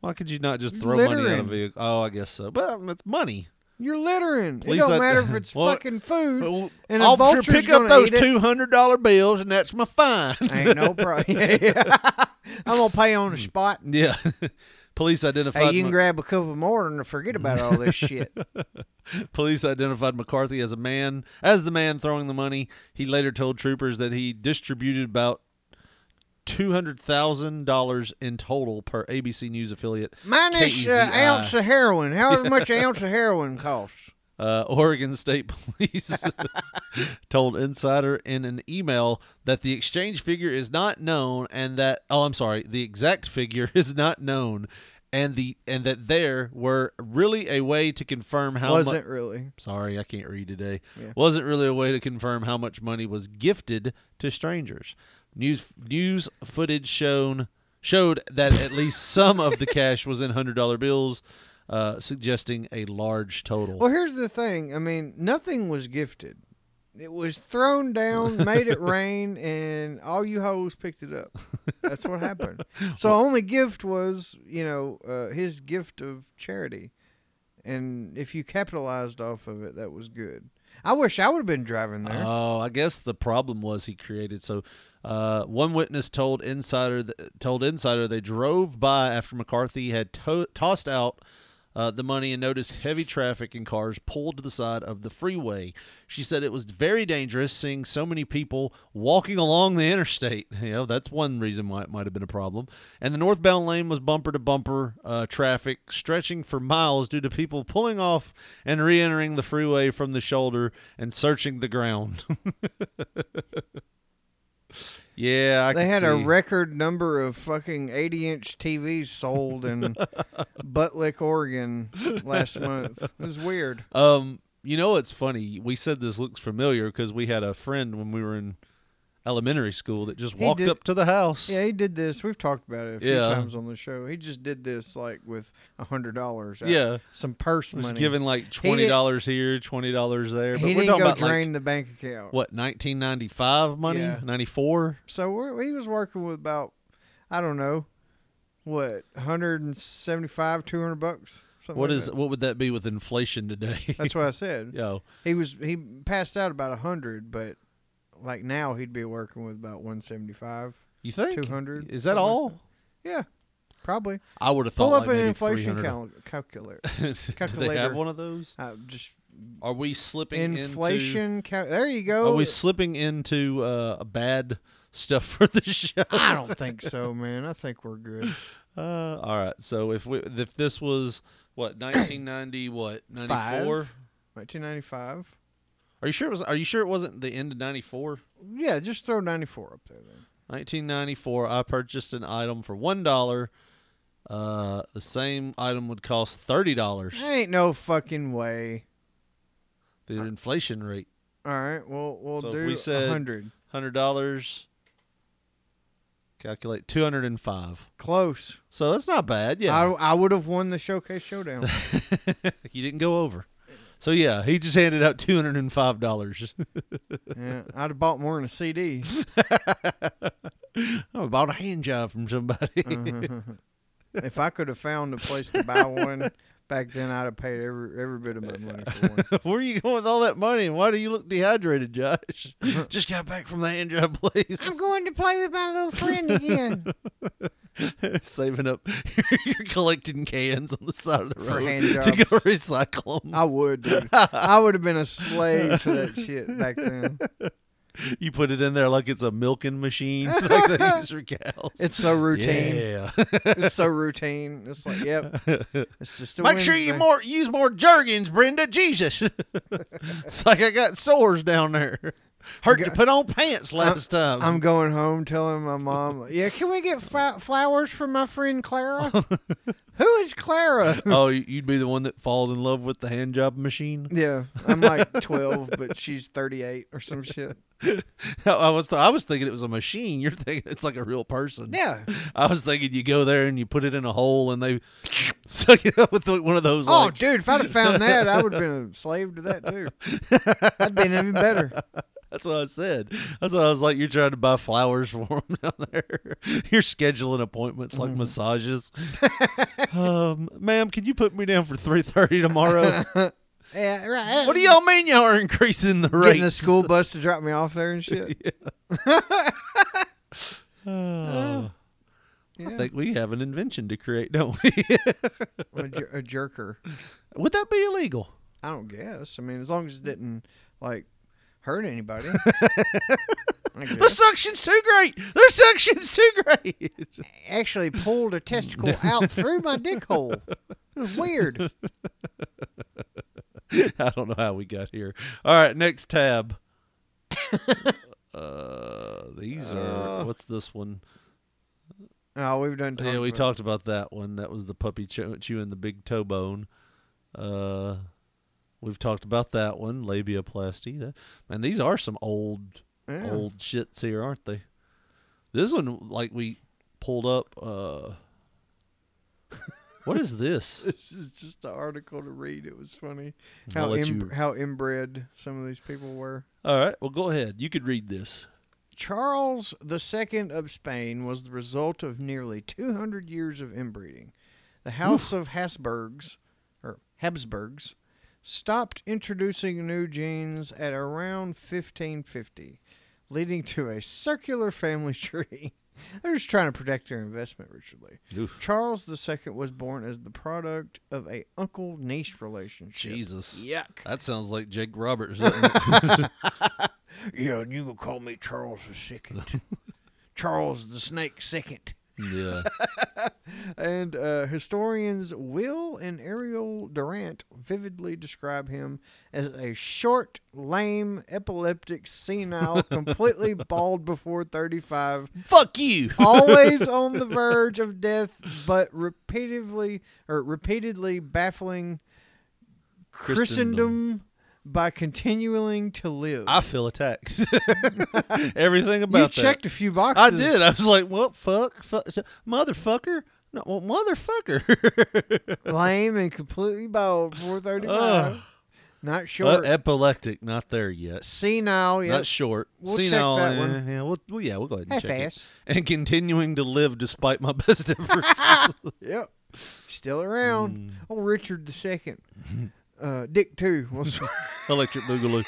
Speaker 5: Why could you not just throw money out
Speaker 7: Littering.
Speaker 5: of a vehicle? Oh, I guess so. But um, it's money.
Speaker 7: You're littering.
Speaker 5: Police
Speaker 7: it don't
Speaker 5: that-
Speaker 7: matter if it's
Speaker 5: Well,
Speaker 7: fucking food. and a
Speaker 5: Officer,
Speaker 7: vulture's
Speaker 5: pick up
Speaker 7: gonna
Speaker 5: those
Speaker 7: eat it.
Speaker 5: two hundred dollar bills, and that's my fine.
Speaker 7: Ain't no problem. I'm gonna pay
Speaker 5: Mm.
Speaker 7: on the spot.
Speaker 5: Yeah. Police identified.
Speaker 7: Hey, you
Speaker 5: Mc-
Speaker 7: can grab a couple more and forget about all this shit.
Speaker 5: Police identified McCarthy as a man, as the man throwing the money. He later told troopers that he distributed about two hundred thousand dollars in total per ABC News affiliate. E
Speaker 7: Minus uh,
Speaker 5: KEZI.
Speaker 7: ounce of heroin. However much an ounce of heroin costs.
Speaker 5: Uh, Oregon State Police told Insider in an email that the exchange figure is not known, and that oh, I'm sorry, the exact figure is not known, and the and that there were really a way to confirm how much.
Speaker 7: Wasn't really.
Speaker 5: Sorry, I can't read today.
Speaker 7: Yeah.
Speaker 5: Wasn't really a way to confirm how much money was gifted to strangers. News news footage shown showed that at least some of the cash was in hundred dollar bills, uh, suggesting a large total.
Speaker 7: Well, here's the thing. I mean, nothing was gifted. It was thrown down, made it rain, and all you hoes picked it up. That's what happened. So only gift was, you know, uh, his gift of charity, and if you capitalized off of it, that was good. I wish I would have been driving there.
Speaker 5: Oh, I guess the problem was he created. So, uh, one witness told Insider th- told Insider they drove by after McCarthy had to- tossed out uh, the money and noticed heavy traffic and cars pulled to the side of the freeway. She said it was very dangerous seeing so many people walking along the interstate. You know, that's one reason why it might have been a problem. And the northbound lane was bumper to bumper uh, traffic stretching for miles due to people pulling off and re entering the freeway from the shoulder and searching the ground. yeah, I
Speaker 7: they
Speaker 5: can
Speaker 7: had a
Speaker 5: see.
Speaker 7: record number of fucking 80 inch TVs sold in Buttlick, Oregon last month. This is weird.
Speaker 5: Um, you know what's funny? We said this looks familiar because we had a friend when we were in elementary school that just
Speaker 7: He
Speaker 5: walked
Speaker 7: did-
Speaker 5: up to the house.
Speaker 7: Yeah, he did this. We've talked about it a few
Speaker 5: Yeah.
Speaker 7: times on the show. He just did this like with a hundred dollars. out-
Speaker 5: Yeah.
Speaker 7: some purse
Speaker 5: was
Speaker 7: money.
Speaker 5: giving like
Speaker 7: He didn't-
Speaker 5: twenty dollars here, twenty dollars there. But
Speaker 7: He
Speaker 5: we're
Speaker 7: didn't
Speaker 5: talking
Speaker 7: go
Speaker 5: about like,
Speaker 7: drain the bank account.
Speaker 5: What nineteen ninety five money?
Speaker 7: Yeah.
Speaker 5: Ninety four.
Speaker 7: So we're, he was working with about, I don't know, what 175, 200 bucks. Something
Speaker 5: What
Speaker 7: like
Speaker 5: is
Speaker 7: that.
Speaker 5: what would that be with inflation today?
Speaker 7: That's what I said.
Speaker 5: Yo,
Speaker 7: He was he passed out about a hundred, but like now he'd be working with about one seventy five.
Speaker 5: You think?
Speaker 7: two hundred?
Speaker 5: Is that all?
Speaker 7: Yeah, probably.
Speaker 5: I would have thought
Speaker 7: Pull up
Speaker 5: like
Speaker 7: an
Speaker 5: maybe
Speaker 7: inflation
Speaker 5: 300.
Speaker 7: cal- calculator.
Speaker 5: Do
Speaker 7: calculator.
Speaker 5: they have one of those?
Speaker 7: Uh, just
Speaker 5: Are we slipping Into,
Speaker 7: inflation. Cal- there you go.
Speaker 5: are we slipping into uh, bad stuff for the show?
Speaker 7: I don't think so, man. I think we're good.
Speaker 5: Uh, all right. So if we if this was what 1990 what 94?
Speaker 7: Nineteen ninety five.
Speaker 5: Are you sure it was are you sure it wasn't the end of 94?
Speaker 7: Yeah, just throw ninety four up there then.
Speaker 5: 1994, I purchased an item for one dollar Uh, the same item would cost thirty dollars.
Speaker 7: Ain't no fucking way.
Speaker 5: The inflation rate.
Speaker 7: All right, well, we'll
Speaker 5: So if
Speaker 7: do
Speaker 5: we said
Speaker 7: hundred.
Speaker 5: Hundred dollars. Calculate two hundred and five.
Speaker 7: Close.
Speaker 5: So that's not bad. Yeah,
Speaker 7: I, I would have won the showcase showdown.
Speaker 5: you didn't go over. So yeah, he just handed out two hundred and five dollars.
Speaker 7: yeah, I'd have bought more in a CD.
Speaker 5: I bought a hand job from somebody.
Speaker 7: Uh-huh. if I could have found a place to buy one back then, I'd have paid every every bit of my money for one.
Speaker 5: Where are you going with all that money? And why do you look dehydrated, Josh?
Speaker 7: Uh-huh.
Speaker 5: Just got back from the hand job place.
Speaker 7: I'm going to play with my little friend again.
Speaker 5: Saving up, you're collecting cans on the side of the
Speaker 7: For
Speaker 5: road
Speaker 7: hand
Speaker 5: to
Speaker 7: jobs.
Speaker 5: go recycle them.
Speaker 7: I would, dude. I would have been a slave to that shit back then. Uh-huh.
Speaker 5: You put it in there like it's a milking machine, like they use for cows.
Speaker 7: It's so routine.
Speaker 5: Yeah.
Speaker 7: it's so routine. It's like, yep. It's just a
Speaker 5: Make sure you
Speaker 7: Wednesday.
Speaker 5: more use more Jergens, Brenda. Jesus, it's like I got sores down there. Hurt to put on pants last time.
Speaker 7: I'm going home telling my mom, like, yeah, can we get fa- flowers for my friend Clara? Who is Clara?
Speaker 5: oh, you'd be the one that falls in love with the hand job machine.
Speaker 7: yeah, I'm like 12, but she's 38 or some shit.
Speaker 5: I was I was thinking it was a machine. You're thinking it's like a real person.
Speaker 7: Yeah.
Speaker 5: I was thinking you go there and you put it in a hole and they suck it up with like one of those.
Speaker 7: Oh,
Speaker 5: like-
Speaker 7: dude, if I'd have found that, I would have been a slave to that, too. I'd been even better.
Speaker 5: That's what I said. That's what I was like. You're trying to buy flowers for them down there. You're scheduling appointments
Speaker 7: Mm-hmm.
Speaker 5: like massages. um, ma'am, can you put me down for three thirty tomorrow?
Speaker 7: Yeah, right.
Speaker 5: what do y'all mean y'all are increasing the rate?
Speaker 7: Getting the school bus to drop me off there and shit.
Speaker 5: Oh. I
Speaker 7: Yeah.
Speaker 5: think we have an invention to create, don't we?
Speaker 7: a, jer- a jerker.
Speaker 5: Would that be illegal?
Speaker 7: I don't guess. I mean, as long as it didn't like hurt anybody. I
Speaker 5: The
Speaker 7: guess.
Speaker 5: suction's too great. The suction's too great.
Speaker 7: Actually, pulled a testicle out through my dick hole. It was weird.
Speaker 5: I don't know how we got here. All right, next tab. uh, these are. What's this one?
Speaker 7: Oh, we've done.
Speaker 5: yeah,
Speaker 7: talked
Speaker 5: we
Speaker 7: about-
Speaker 5: talked about that one. That was the puppy chew- chewing the big toe bone. Uh, we've talked about that one, labiaplasty. That, man, these are some old,
Speaker 7: Yeah.
Speaker 5: old shits here, aren't they? This one, like we pulled up. Uh, what is this?
Speaker 7: This is just an article to read. It was funny
Speaker 5: I'll
Speaker 7: how
Speaker 5: let
Speaker 7: im-
Speaker 5: you-
Speaker 7: how inbred some of these people were.
Speaker 5: All right, well, go ahead. You could read this.
Speaker 7: Charles II of Spain was the result of nearly 200 years of inbreeding. The House of Habsburgs, or Habsburgs, stopped introducing new genes at around 1550, leading to a circular family tree. They're just trying to protect their investment, Richard Lee.
Speaker 5: Oof.
Speaker 7: Charles II was born as the product of a uncle niece relationship.
Speaker 5: Jesus.
Speaker 7: Yuck.
Speaker 5: That sounds like Jake Roberts. doesn't it?
Speaker 7: Yeah, and you can call me Charles the Second. Charles the Snake Second.
Speaker 5: yeah.
Speaker 7: and uh, historians Will and Ariel Durant vividly describe him as a short, lame, epileptic, senile, completely bald before 35,
Speaker 5: Fuck you.
Speaker 7: always on the verge of death, but repeatedly or repeatedly baffling Christendom, by continuing to live.
Speaker 5: I feel attacked. Everything about
Speaker 7: you
Speaker 5: that.
Speaker 7: checked a few boxes.
Speaker 5: I did. I was like, "Well, fuck, fuck motherfucker." No, well, motherfucker.
Speaker 7: lame and completely bald. Four thirty-five.
Speaker 5: Ugh.
Speaker 7: Not
Speaker 5: Uh,
Speaker 7: short.
Speaker 5: epileptic, not there yet.
Speaker 7: senile. Yep.
Speaker 5: Not short.
Speaker 7: We'll check
Speaker 5: Senile.
Speaker 7: that
Speaker 5: eh,
Speaker 7: one.
Speaker 5: Yeah, we'll, well, yeah, we'll go ahead and
Speaker 7: Half
Speaker 5: check
Speaker 7: ass.
Speaker 5: it. And continuing to live despite my best efforts.
Speaker 7: Yep. Still around.
Speaker 5: Mm.
Speaker 7: Oh, Richard the Second. Uh, Dick Two. was-
Speaker 5: Electric Boogaloo.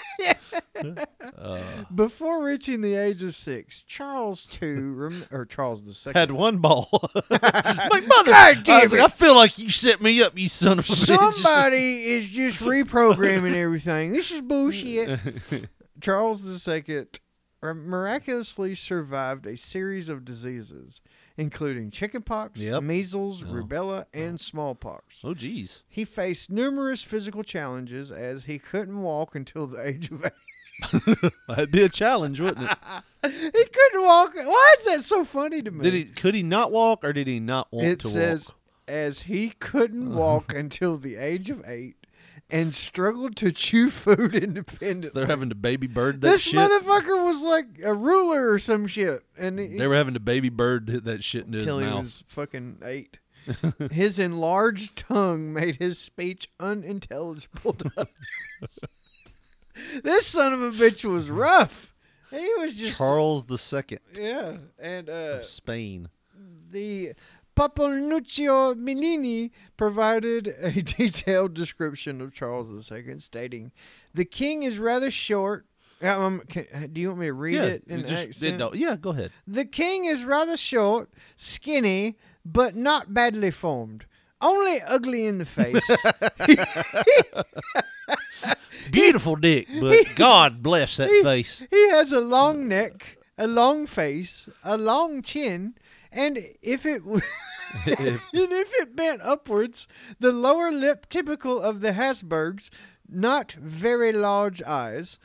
Speaker 7: Before reaching the age of six, Charles Two rem- or Charles the Second
Speaker 5: Had one ball. My mother.
Speaker 7: God damn
Speaker 5: I, was like,
Speaker 7: it.
Speaker 5: I feel like you set me up, you son of a bitch.
Speaker 7: Somebody is just reprogramming everything. This is bullshit. Charles II miraculously survived a series of diseases, including chickenpox,
Speaker 5: Yep.
Speaker 7: measles, rubella, and smallpox.
Speaker 5: Oh, jeez.
Speaker 7: He faced numerous physical challenges as he couldn't walk until the age of eight.
Speaker 5: That'd be a challenge, wouldn't it?
Speaker 7: he couldn't walk. Why is that so funny to me?
Speaker 5: Did he? Could he not walk, or did he not want
Speaker 7: it
Speaker 5: to
Speaker 7: says
Speaker 5: walk?
Speaker 7: as he couldn't walk until the age of eight and struggled to chew food independently.
Speaker 5: They're having to baby bird that
Speaker 7: this
Speaker 5: shit.
Speaker 7: motherfucker was like a ruler or some shit, and he,
Speaker 5: they were having to baby bird th- that shit in his
Speaker 7: until he
Speaker 5: mouth.
Speaker 7: was fucking eight. his enlarged tongue made his speech unintelligible. to others. this son of a bitch was rough. He was just
Speaker 11: Charles the Second
Speaker 7: yeah, and uh,
Speaker 11: of Spain.
Speaker 7: the Papanuccio Menini provided a detailed description of Charles II, stating, "The king is rather short." Um, can, do you want me to read
Speaker 5: yeah,
Speaker 7: it in
Speaker 5: it just- it
Speaker 7: accent?
Speaker 5: don't- yeah, go ahead.
Speaker 7: The king is rather short, skinny, but not badly formed. Only ugly in the face.
Speaker 5: Beautiful dick, but God bless that
Speaker 7: He-
Speaker 5: face.
Speaker 7: He has a long neck, a long face, a long chin, and if it w- and if it bent upwards, the lower lip typical of the Habsburgs, not very large eyes,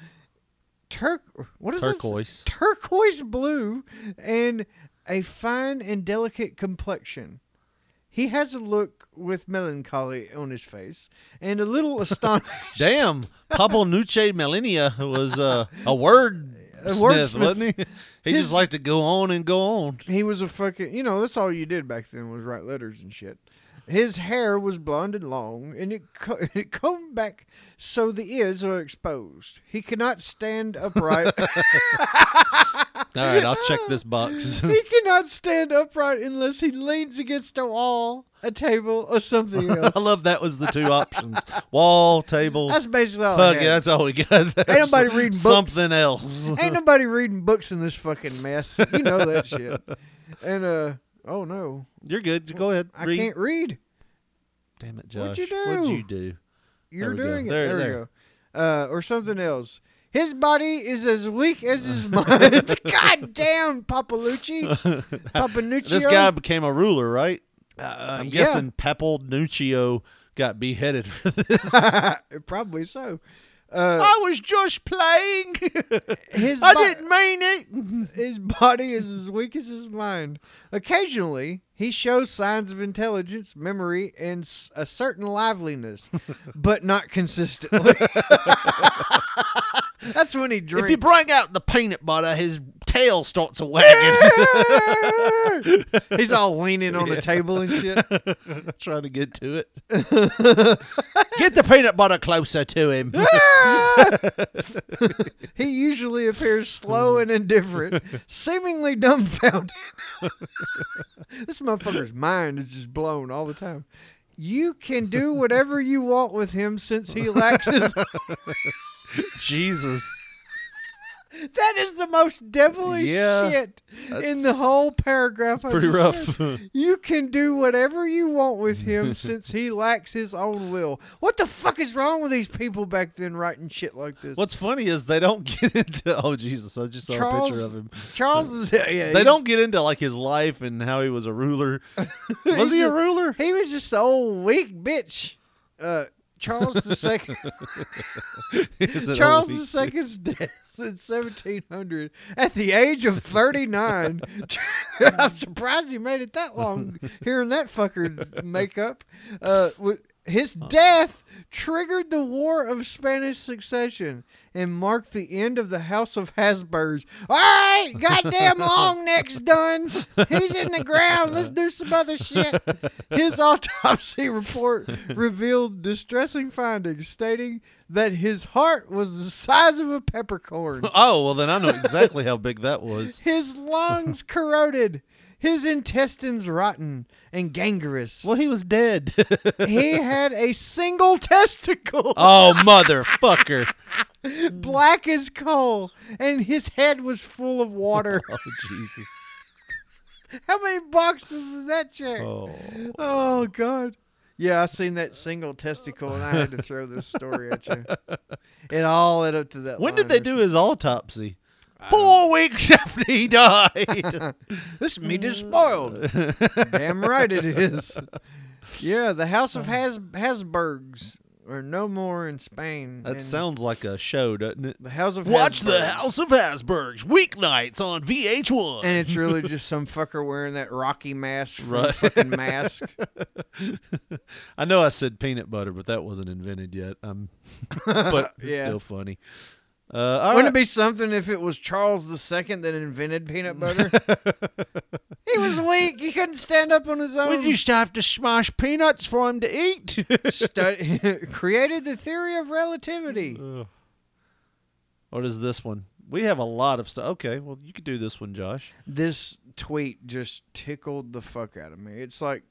Speaker 7: turq what is this?
Speaker 5: Turquoise.
Speaker 7: turquoise blue, and a fine and delicate complexion. He has a look with melancholy on his face and a little astonished.
Speaker 5: Damn, Pablo Nuce Melania was uh, a word
Speaker 7: A
Speaker 5: smith,
Speaker 7: wordsmith.
Speaker 5: wasn't he? He
Speaker 7: His-
Speaker 5: just liked to go on and go on.
Speaker 7: He was a fucking, you know, that's all you did back then was write letters and shit. His hair was blonde and long, and it, co- it combed back so the ears are exposed. He cannot stand upright.
Speaker 5: All right, I'll check this box.
Speaker 7: he cannot stand upright unless he leans against a wall, a table, or something else.
Speaker 5: I love that was the two options: wall, table.
Speaker 7: That's basically all I
Speaker 5: Fuck
Speaker 7: had.
Speaker 5: yeah, that's all we got. There.
Speaker 7: Ain't nobody reading books.
Speaker 5: something else.
Speaker 7: Ain't nobody reading books in this fucking mess. You know that shit. And uh, oh no,
Speaker 5: You're good. Go ahead.
Speaker 7: I
Speaker 5: read.
Speaker 7: can't read.
Speaker 5: Damn it, Josh.
Speaker 7: What'd you
Speaker 5: What'd
Speaker 7: do?
Speaker 5: you do?
Speaker 7: You're
Speaker 5: There we go.
Speaker 7: doing it.
Speaker 5: There-
Speaker 7: There, we
Speaker 5: there.
Speaker 7: go. Uh, or something else. His body is as weak as his mind. God damn, Papalucci. Papanuccio.
Speaker 5: This guy became a ruler, right? I'm
Speaker 7: Uh, yeah.
Speaker 5: guessing Papal Nuccio got beheaded for this.
Speaker 7: Probably so. Uh,
Speaker 5: I was just playing.
Speaker 7: his
Speaker 5: I
Speaker 7: bo-
Speaker 5: didn't mean it.
Speaker 7: His body is as weak as his mind. Occasionally, he shows signs of intelligence, memory, and s- a certain liveliness, but not consistently. That's when he drinks.
Speaker 5: If you bring out the peanut butter, his tail starts a wagging.
Speaker 7: He's all leaning on the table and shit.
Speaker 5: Trying to get to it. get the peanut butter closer to him.
Speaker 7: he usually appears slow and indifferent, seemingly dumbfounded. this motherfucker's mind is just blown all the time. You can do whatever you want with him since he lacks his.
Speaker 5: Jesus.
Speaker 7: that is the most devilish
Speaker 5: Yeah,
Speaker 7: shit in
Speaker 5: that's-
Speaker 7: the whole paragraph. I
Speaker 5: pretty rough.
Speaker 7: just read. you can do whatever you want with him since he lacks his own will. What the fuck is wrong with these people back then writing shit like this?
Speaker 5: What's funny is they don't get into. Oh Jesus! I just saw a picture of him.
Speaker 7: Charles is yeah, yeah,
Speaker 5: They
Speaker 7: he's-
Speaker 5: don't get into like his life and how he was a ruler. Was
Speaker 7: he's
Speaker 5: he a
Speaker 7: ju-
Speaker 5: ruler?
Speaker 7: He was just an old weak bitch. Uh, Charles the second.
Speaker 5: Is it
Speaker 7: Charles
Speaker 5: only-
Speaker 7: II's death in 1700 at the age of 39. I'm surprised he made it that long hearing that fucker makeup. Uh, wa- his death triggered the War of Spanish Succession and marked the end of the House of Habsburgs. All right, goddamn long neck's done. He's in the ground. Let's do some other shit. His autopsy report revealed distressing findings, stating that his heart was the size of a peppercorn.
Speaker 5: Oh well, then I know exactly how big that was.
Speaker 7: His lungs corroded, his intestines rotten and gangrenous.
Speaker 5: Well, he was dead.
Speaker 7: He had a single testicle,
Speaker 5: oh motherfucker!
Speaker 7: black as coal, and his head was full of water.
Speaker 5: Oh Jesus!
Speaker 7: How many boxes is that check? Oh.
Speaker 5: Oh,
Speaker 7: God. Yeah, I seen that single testicle, and I had to throw this story at you. It all led up to that.
Speaker 5: when
Speaker 7: line
Speaker 5: did they
Speaker 7: or
Speaker 5: do his autopsy? Four weeks after he died.
Speaker 7: This meat is spoiled.
Speaker 5: Uh.
Speaker 7: Damn right it is. Yeah, the House of Has- Hasburgs or no more in Spain.
Speaker 5: That
Speaker 7: and
Speaker 5: sounds like a show, doesn't it?
Speaker 7: The House of
Speaker 5: Watch the
Speaker 7: Habsburgs.
Speaker 5: House of Habsburgs weeknights on VH1.
Speaker 7: And it's really just some fucker wearing that Rocky mask from
Speaker 5: Right.
Speaker 7: fucking mask.
Speaker 5: I know I said peanut butter, but that wasn't invented yet. Um, but it's
Speaker 7: Yeah.
Speaker 5: still funny. Uh, all
Speaker 7: Wouldn't
Speaker 5: right.
Speaker 7: it be something if it was Charles II that invented peanut butter? he was weak. He couldn't stand up on his own.
Speaker 5: We just have to smash peanuts for him to eat.
Speaker 7: Stu- created the theory of relativity.
Speaker 5: What is this one? We have a lot of stuff. Okay, well, you could do this one, Josh.
Speaker 7: this tweet just tickled the fuck out of me. It's like,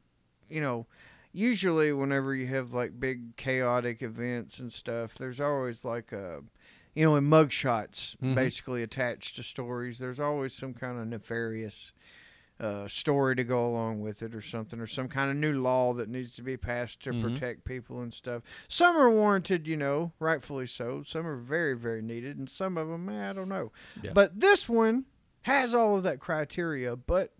Speaker 7: you know, usually whenever you have like big chaotic events and stuff, there's always like a, you know, in mugshots
Speaker 5: Mhm.
Speaker 7: basically attached to stories, there's always some kind of nefarious uh, story to go along with it or something, or some kind of new law that needs to be passed to
Speaker 5: Mhm.
Speaker 7: protect people and stuff. Some are warranted, you know, rightfully so. Some are very, very needed, and some of them, eh, I don't know.
Speaker 5: Yeah.
Speaker 7: But this one has all of that criteria, but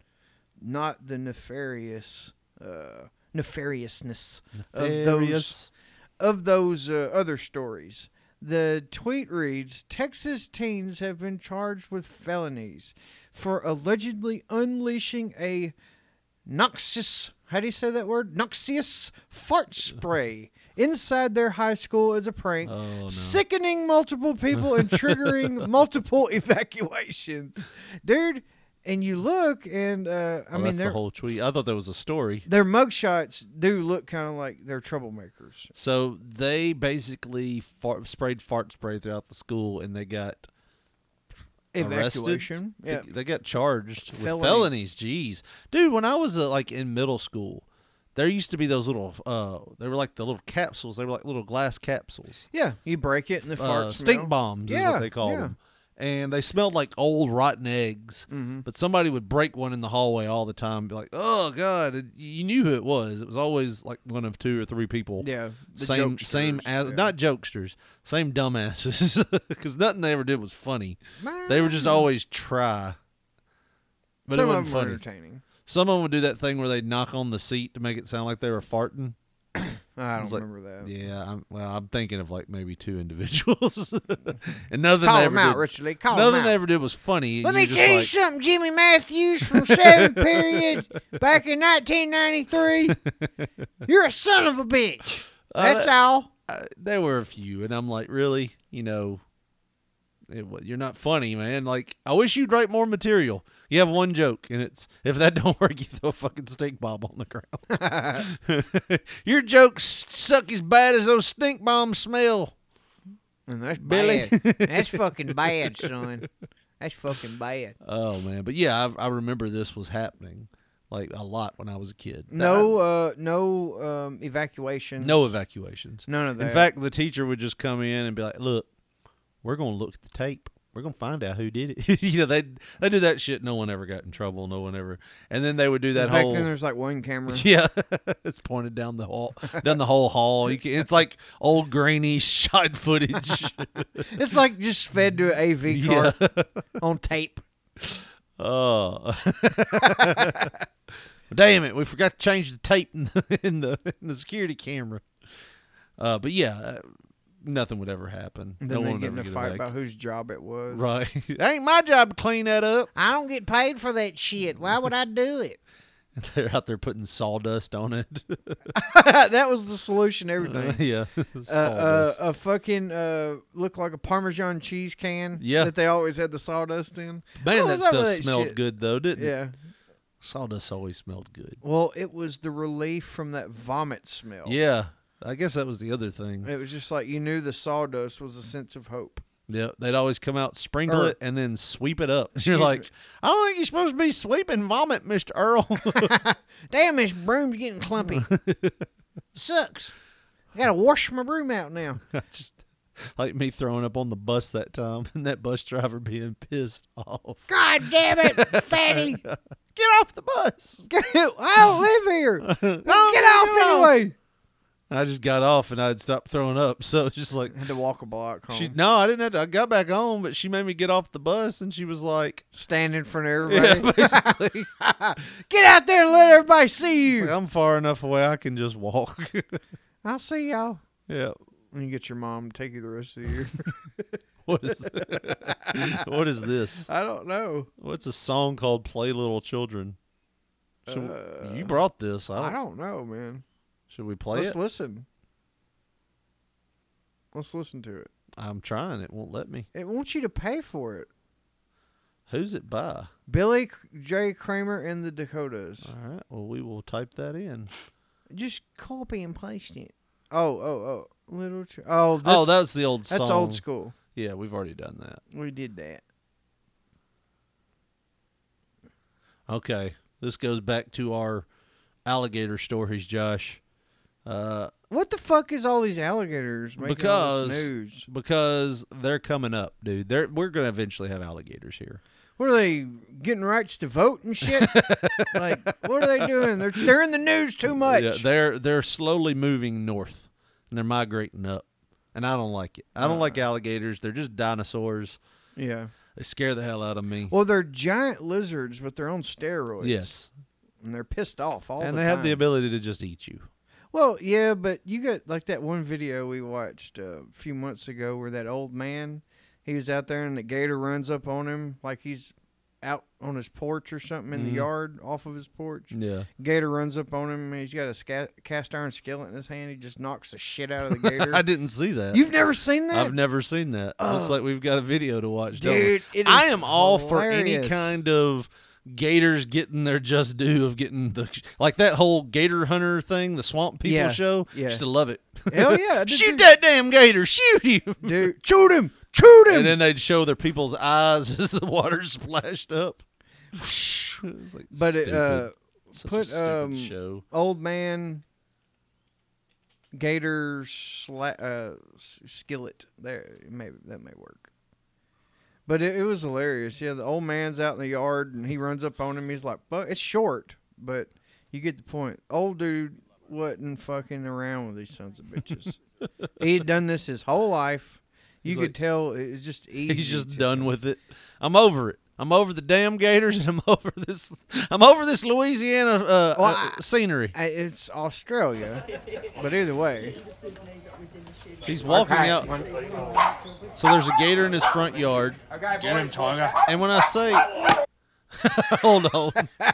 Speaker 7: not the nefarious uh, nefariousness of those
Speaker 5: Nefarious.
Speaker 7: of those uh, other stories. The tweet reads: Texas teens have been charged with felonies for allegedly unleashing a noxious. How do you say that word? Noxious fart spray inside their high school as a prank,
Speaker 5: Oh,
Speaker 7: sickening multiple people and triggering multiple evacuations, dude. And you look, and uh, I
Speaker 5: Well, Oh,
Speaker 7: mean,
Speaker 5: that's the
Speaker 7: their
Speaker 5: whole tweet. I thought there was a story.
Speaker 7: their mugshots do look kind of like they're troublemakers.
Speaker 5: So they basically fart, sprayed fart spray throughout the school, and they got arrested.
Speaker 7: Evacuation,
Speaker 5: They-
Speaker 7: yeah.
Speaker 5: They, got charged with
Speaker 7: Felonies.
Speaker 5: felonies. Jeez, dude, when I was uh, like in middle school, there used to be those little. Uh, they were like the little capsules. They were like little glass capsules.
Speaker 7: Yeah, you break it, and the fart
Speaker 5: uh,
Speaker 7: smell.
Speaker 5: stink bombs is
Speaker 7: Yeah,
Speaker 5: what they call
Speaker 7: yeah.
Speaker 5: them. And they smelled like old rotten eggs.
Speaker 7: Mm-hmm.
Speaker 5: But somebody would break one in the hallway all the time, and be like, "Oh God!" and you knew who it was. It was always like one of two or three people.
Speaker 7: Yeah, the
Speaker 5: same, same
Speaker 7: jokesters,
Speaker 5: as
Speaker 7: yeah.
Speaker 5: not jokesters, same dumbasses. Because nothing they ever did was funny.
Speaker 7: Nah.
Speaker 5: They were just always try. But
Speaker 7: Mm-hmm. Some
Speaker 5: it
Speaker 7: of
Speaker 5: wasn't
Speaker 7: them were
Speaker 5: funny.
Speaker 7: entertaining.
Speaker 5: Some of them would do that thing where they'd knock on the seat to make it sound like they were farting.
Speaker 7: I don't
Speaker 5: was like,
Speaker 7: remember that.
Speaker 5: Yeah, I'm, well, I'm thinking of like maybe two individuals, and nothing
Speaker 7: Call
Speaker 5: they
Speaker 7: 'em
Speaker 5: ever
Speaker 7: out,
Speaker 5: did.
Speaker 7: Richard Lee, call 'em
Speaker 5: nothing
Speaker 7: out.
Speaker 5: they ever did was funny.
Speaker 7: Let
Speaker 5: You're
Speaker 7: me
Speaker 5: just
Speaker 7: tell you
Speaker 5: like-
Speaker 7: something, Jimmy Matthews from Seventh Period back in 1993. You're a son of a bitch.
Speaker 5: Uh,
Speaker 7: That's all.
Speaker 5: I- there were a few, and I'm like, really, you know, it, wa- you're not funny, man. Like, I wish you'd write more material. You have one joke, and it's if that don't work, you throw a fucking stink bomb on the ground. Your jokes suck as bad as those stink bombs smell.
Speaker 7: And that's
Speaker 5: Billy.
Speaker 7: Bad. That's fucking bad, son. That's fucking bad.
Speaker 5: Oh man, but yeah, I, I remember this was happening like a lot when I was a kid.
Speaker 7: No, uh, no um, evacuation.
Speaker 5: no evacuations.
Speaker 7: None of that.
Speaker 5: In fact, the teacher would just come in and be like, "Look, we're gonna look at the tape. We're gonna find out who did it." you know, they they do that shit. No one ever got in trouble. No one ever. And then they would do that
Speaker 7: back
Speaker 5: whole.
Speaker 7: then there's like one camera.
Speaker 5: yeah, it's pointed down the hall, down the whole hall. You can, it's like old grainy shot footage.
Speaker 7: It's like just fed to an AV card on tape.
Speaker 5: Oh. Damn it! We forgot to change the tape in the in the, in the security camera. Uh, but yeah, uh, nothing would ever happen.
Speaker 7: And
Speaker 5: no
Speaker 7: then
Speaker 5: one
Speaker 7: they
Speaker 5: would
Speaker 7: get in
Speaker 5: ever
Speaker 7: a
Speaker 5: get
Speaker 7: fight
Speaker 5: evac-
Speaker 7: about whose job it was.
Speaker 5: Right, it ain't my job to clean that up.
Speaker 7: I don't get paid for that shit. Why would I do it?
Speaker 5: They're out there putting sawdust on it.
Speaker 7: that was the solution to everything.
Speaker 5: yeah,
Speaker 7: Uh, uh,
Speaker 5: sawdust.
Speaker 7: a fucking uh, look like a Parmesan cheese can.
Speaker 5: Yeah.
Speaker 7: that they always had the sawdust in.
Speaker 5: Man,
Speaker 7: What
Speaker 5: that
Speaker 7: was up
Speaker 5: stuff
Speaker 7: with
Speaker 5: smelled
Speaker 7: shit?
Speaker 5: good though, didn't it?
Speaker 7: Yeah.
Speaker 5: Sawdust always smelled good.
Speaker 7: Well, it was the relief from that vomit smell.
Speaker 5: Yeah, I guess that was the other thing.
Speaker 7: It was just like you knew the sawdust was a sense of hope.
Speaker 5: Yeah, they'd always come out, sprinkle
Speaker 7: Or-
Speaker 5: it, and then sweep it up.
Speaker 7: Excuse
Speaker 5: You're
Speaker 7: me.
Speaker 5: like, I don't think you're supposed to be sweeping vomit, Mister Earl.
Speaker 7: Damn, this broom's getting clumpy. Sucks. I gotta wash my broom out now.
Speaker 5: Just like me throwing up on the bus that time, and that bus driver being pissed off.
Speaker 7: God damn it, fatty.
Speaker 5: Get off the bus!
Speaker 7: Get out. I don't live here.
Speaker 5: Oh,
Speaker 7: Get off anyway.
Speaker 5: I just got off and I'd stopped throwing up, so it's just like
Speaker 7: Had to walk a block home.
Speaker 5: she. No, I didn't have to. I got back on, but she made me get off the bus, and she was like,
Speaker 7: Stand in front of
Speaker 5: "Yeah,
Speaker 7: everybody.
Speaker 5: basically,
Speaker 7: Get out there and let everybody see you.
Speaker 5: I'm far enough away, I can just walk."
Speaker 7: I'll see y'all.
Speaker 5: yeah,
Speaker 7: And you get your mom to take you the rest of the year.
Speaker 5: What is th- what is this?
Speaker 7: I don't know.
Speaker 5: What's a song called "Play Little Children"? Should we- you brought this. I don't,
Speaker 7: Uh, I don't know, man.
Speaker 5: Should we play
Speaker 7: Let's
Speaker 5: it?
Speaker 7: listen. Let's listen to it.
Speaker 5: I'm trying. It won't let me.
Speaker 7: It wants you to pay for it.
Speaker 5: Who's it by?
Speaker 7: Billy C- J. Kramer and the Dakotas.
Speaker 5: All right. Well, we will type that in.
Speaker 7: Just copy and paste it. Oh, oh, oh. Little. Ch- oh, this,
Speaker 5: oh, that's the old.
Speaker 7: That's
Speaker 5: song.
Speaker 7: old school.
Speaker 5: Yeah, we've already done that.
Speaker 7: We did that.
Speaker 5: Okay, this goes back to our alligator stories, Josh. Uh,
Speaker 7: What the fuck is all these alligators making all this
Speaker 5: because
Speaker 7: news?
Speaker 5: because they're coming up, dude. They're we're gonna eventually have alligators here.
Speaker 7: What are they getting rights to vote and shit? like, what are they doing? They're they're in the news too much.
Speaker 5: Yeah, they're they're slowly moving north, and they're migrating up, and I don't like it. I don't
Speaker 7: Uh.
Speaker 5: like alligators. They're just dinosaurs.
Speaker 7: Yeah.
Speaker 5: they scare the hell out of me.
Speaker 7: Well, they're giant lizards, but they're on steroids.
Speaker 5: Yes.
Speaker 7: and they're pissed off all
Speaker 5: and
Speaker 7: the
Speaker 5: they
Speaker 7: time.
Speaker 5: have the ability to just eat you.
Speaker 7: Well, yeah, but you got like that one video we watched uh, a few months ago where that old man, he was out there and the gator runs up on him like he's out on his porch or something in the
Speaker 5: Mhm.
Speaker 7: yard off of his porch.
Speaker 5: Yeah.
Speaker 7: Gator runs up on him and he's got a sca- cast iron skillet in his hand. He just knocks the shit out of the gator.
Speaker 5: I didn't see that.
Speaker 7: You've never seen that?
Speaker 5: I've never seen that. Looks
Speaker 7: Oh.
Speaker 5: like we've got a video to watch. don't we?
Speaker 7: Dude, it
Speaker 5: I
Speaker 7: is
Speaker 5: am all for any
Speaker 7: hilarious.
Speaker 5: kind of gators getting their just due of getting the like that whole gator hunter thing, the swamp people
Speaker 7: Yeah,
Speaker 5: show.
Speaker 7: yeah.
Speaker 5: Used to love it.
Speaker 7: Hell yeah. I did
Speaker 5: shoot
Speaker 7: too.
Speaker 5: that damn gator! Shoot you!
Speaker 7: Dude, shoot him! Shoot him!
Speaker 5: And then they'd show their people's eyes as the water splashed up. It was like
Speaker 7: But it,
Speaker 5: stupid.
Speaker 7: uh,
Speaker 5: Such a
Speaker 7: put
Speaker 5: stupid
Speaker 7: um,
Speaker 5: show.
Speaker 7: old man gator sla- uh, s- skillet there. Maybe that may work. But it, it was hilarious. Yeah, the old man's out in the yard and he runs up on him. He's like, "Fuck!" It's short, but you get the point. Old dude wasn't fucking around with these sons of bitches. he had done this his whole life. You
Speaker 5: He's
Speaker 7: could
Speaker 5: like-
Speaker 7: tell it's just easy.
Speaker 5: He's just
Speaker 7: to-
Speaker 5: done with it. I'm over it. I'm over the damn gators, and I'm over this. I'm over this Louisiana uh,
Speaker 7: Well,
Speaker 5: uh, scenery.
Speaker 7: I- It's Australia, but either way,
Speaker 5: He's walking out. So there's a gator in his front yard.
Speaker 14: Get him, Tonga.
Speaker 5: And when I say, hold on.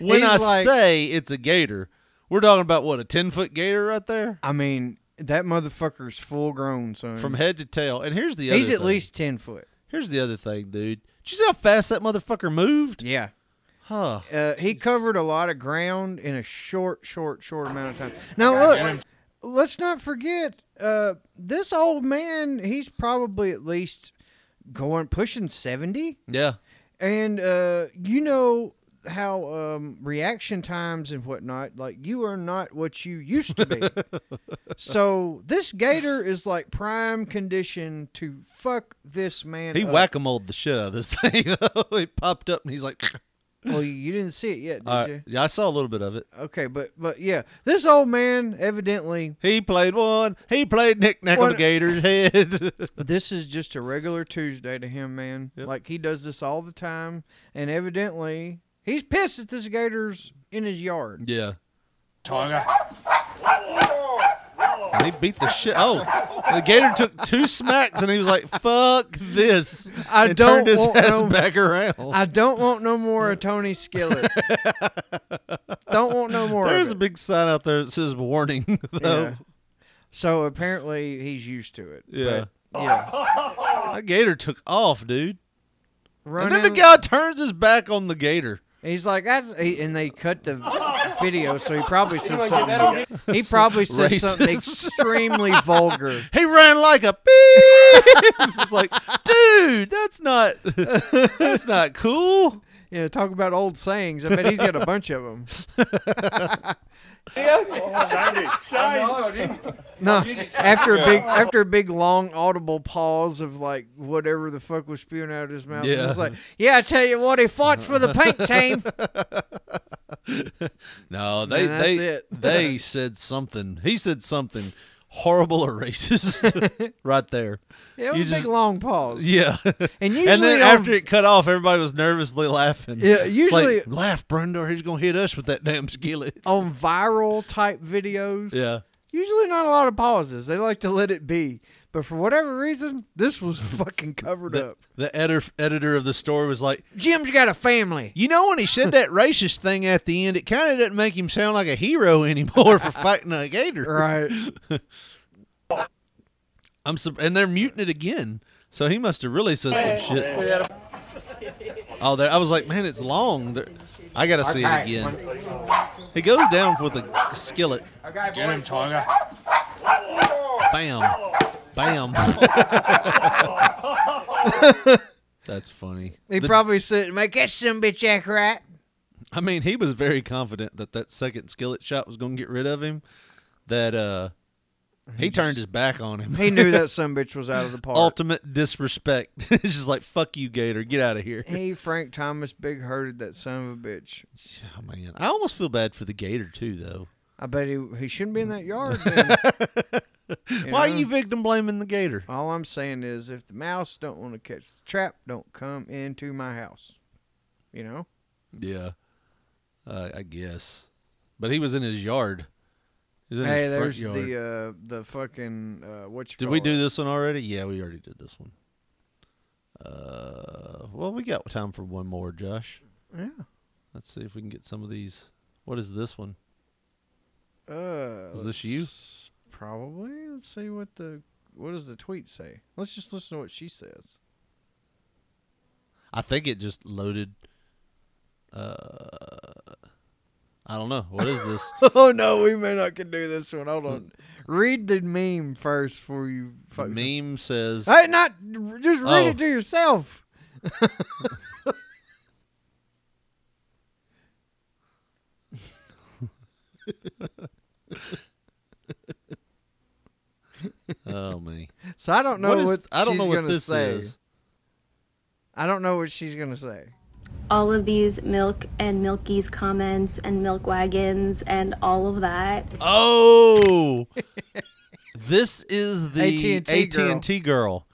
Speaker 5: When
Speaker 7: He's
Speaker 5: I
Speaker 7: like-
Speaker 5: say it's a gator, we're talking about what a ten foot gator right there
Speaker 7: I mean that motherfucker's full grown, son.
Speaker 5: from head to tail. And here's the other.
Speaker 7: he's at
Speaker 5: thing.
Speaker 7: least ten foot.
Speaker 5: Here's the other thing, dude. Did you see how fast that motherfucker moved?
Speaker 7: Yeah.
Speaker 5: Huh.
Speaker 7: Uh, he covered a lot of ground in a short, short, short amount of time. Now look, let's not forget uh, this old man. He's probably at least going pushing seventy,
Speaker 5: Yeah.
Speaker 7: and uh, you know how um, reaction times and whatnot. Like you are not what you used to be. so this gator is like prime condition to fuck this man.
Speaker 5: He
Speaker 7: up.
Speaker 5: whack a moled the shit out of this thing. he popped up and he's like,
Speaker 7: Well, Oh, you didn't see it yet, did
Speaker 5: All right.
Speaker 7: you?
Speaker 5: yeah, I saw a little bit of it.
Speaker 7: Okay, but but yeah, this old man evidently
Speaker 5: He played one. He played knick-knack on
Speaker 7: One-
Speaker 5: the gator's head.
Speaker 7: this is just a regular Tuesday to him, man. Like he does this all the time, and evidently he's pissed that this gator's in his yard.
Speaker 5: yeah. Tonga. And he beat the shit. Oh, the gator took two smacks and he was like, "Fuck this!"
Speaker 7: I
Speaker 5: and
Speaker 7: don't
Speaker 5: turned his
Speaker 7: want
Speaker 5: ass
Speaker 7: no-
Speaker 5: back around.
Speaker 7: I don't want no more of Tony Skillet. don't want no more.
Speaker 5: There's
Speaker 7: of
Speaker 5: a
Speaker 7: it.
Speaker 5: big sign out there that says "Warning." Though.
Speaker 7: Yeah. So apparently he's used to it.
Speaker 5: Yeah.
Speaker 7: But, yeah.
Speaker 5: That gator took off, dude.
Speaker 7: Run
Speaker 5: and then
Speaker 7: in-
Speaker 5: the guy turns his back on the gator.
Speaker 7: He's like that's he, and they cut the video, so he probably said
Speaker 14: wanna get that on
Speaker 7: something. He probably said something
Speaker 5: Racist.
Speaker 7: extremely vulgar.
Speaker 5: He ran like a beep. it's like, dude, that's not that's not cool.
Speaker 7: You know, talk about old sayings. I bet he's got a bunch of them. No, after a big after a big long audible pause of like whatever the fuck was spewing out of his mouth,
Speaker 5: Yeah.
Speaker 7: yeah. it's like, yeah, I tell you what, he fights for the pink team.
Speaker 5: No, they
Speaker 7: And that's
Speaker 5: they
Speaker 7: it.
Speaker 5: they said something. He said something horrible or racist right there.
Speaker 7: Yeah, it was
Speaker 5: You
Speaker 7: a
Speaker 5: just-
Speaker 7: big long pause.
Speaker 5: Yeah,
Speaker 7: and
Speaker 5: and
Speaker 7: usually
Speaker 5: then
Speaker 7: on-
Speaker 5: after it cut off, everybody was nervously laughing.
Speaker 7: Yeah,
Speaker 5: It's like,
Speaker 7: usually-
Speaker 5: laugh, Brendor. He's gonna hit us with that damn skillet.
Speaker 7: on viral type videos,
Speaker 5: Yeah,
Speaker 7: Usually not a lot of pauses. They like to let it be. But for whatever reason, this was fucking covered
Speaker 5: The,
Speaker 7: up.
Speaker 5: the editor, editor of the story was like,
Speaker 7: Jim's got a family.
Speaker 5: You know, when he said that racist thing at the end, it kind of doesn't make him sound like a hero anymore for fighting a gator.
Speaker 7: Right.
Speaker 5: I'm sur- and they're muting it again. So he must have really said some shit. Oh, there! I was like, man, it's long. There- I gotta see it again. He goes down with a skillet.
Speaker 15: Get him, Tonga.
Speaker 5: Bam, bam. That's funny.
Speaker 7: He
Speaker 5: The-
Speaker 7: probably said, "Make that some bitch act right."
Speaker 5: I mean, he was very confident that that second skillet shot was going to get rid of him. That uh, he, turned his back on him.
Speaker 7: He knew that some bitch was out of the park.
Speaker 5: Ultimate disrespect. it's just like fuck you, Gator. Get out of here.
Speaker 7: He Frank Thomas big hearted that son of a bitch.
Speaker 5: Oh, man, I almost feel bad for the Gator too, though.
Speaker 7: I bet he he shouldn't be in that yard. then.
Speaker 5: Why are
Speaker 7: know?
Speaker 5: you victim blaming the Gator?
Speaker 7: All I'm saying is, if the mouse don't want to catch the trap, don't come into my house. You know.
Speaker 5: Yeah, uh, I guess. But he was in his yard. He was in
Speaker 7: hey,
Speaker 5: his front
Speaker 7: there's
Speaker 5: yard.
Speaker 7: the uh, the fucking uh, what you
Speaker 5: Did
Speaker 7: call
Speaker 5: we
Speaker 7: it?
Speaker 5: do this one already? Yeah, we already did this one. Uh, well, we got time for one more, Josh.
Speaker 7: Yeah.
Speaker 5: Let's see if we can get some of these. What is this one?
Speaker 7: Uh,
Speaker 5: Is this you?
Speaker 7: Probably. Let's see what the what does the tweet say. Let's just listen to what she says.
Speaker 5: I think it just loaded. Uh, I don't know. What is this?
Speaker 7: oh no, we may not can do this one. Hold on. Read the meme first for you.
Speaker 5: The Hmm. meme says.
Speaker 7: Hey, not just read
Speaker 5: Oh.
Speaker 7: it to yourself.
Speaker 5: oh me.
Speaker 7: So I don't know
Speaker 5: What
Speaker 7: what,
Speaker 5: is- I don't
Speaker 7: she's
Speaker 5: know what
Speaker 7: gonna
Speaker 5: this
Speaker 7: say.
Speaker 5: is.
Speaker 7: I don't know what she's gonna say.
Speaker 13: all of these milk and milky's comments and milk wagons and all of that
Speaker 5: Oh, this is the
Speaker 13: AT&T girl.
Speaker 5: AT&T girl.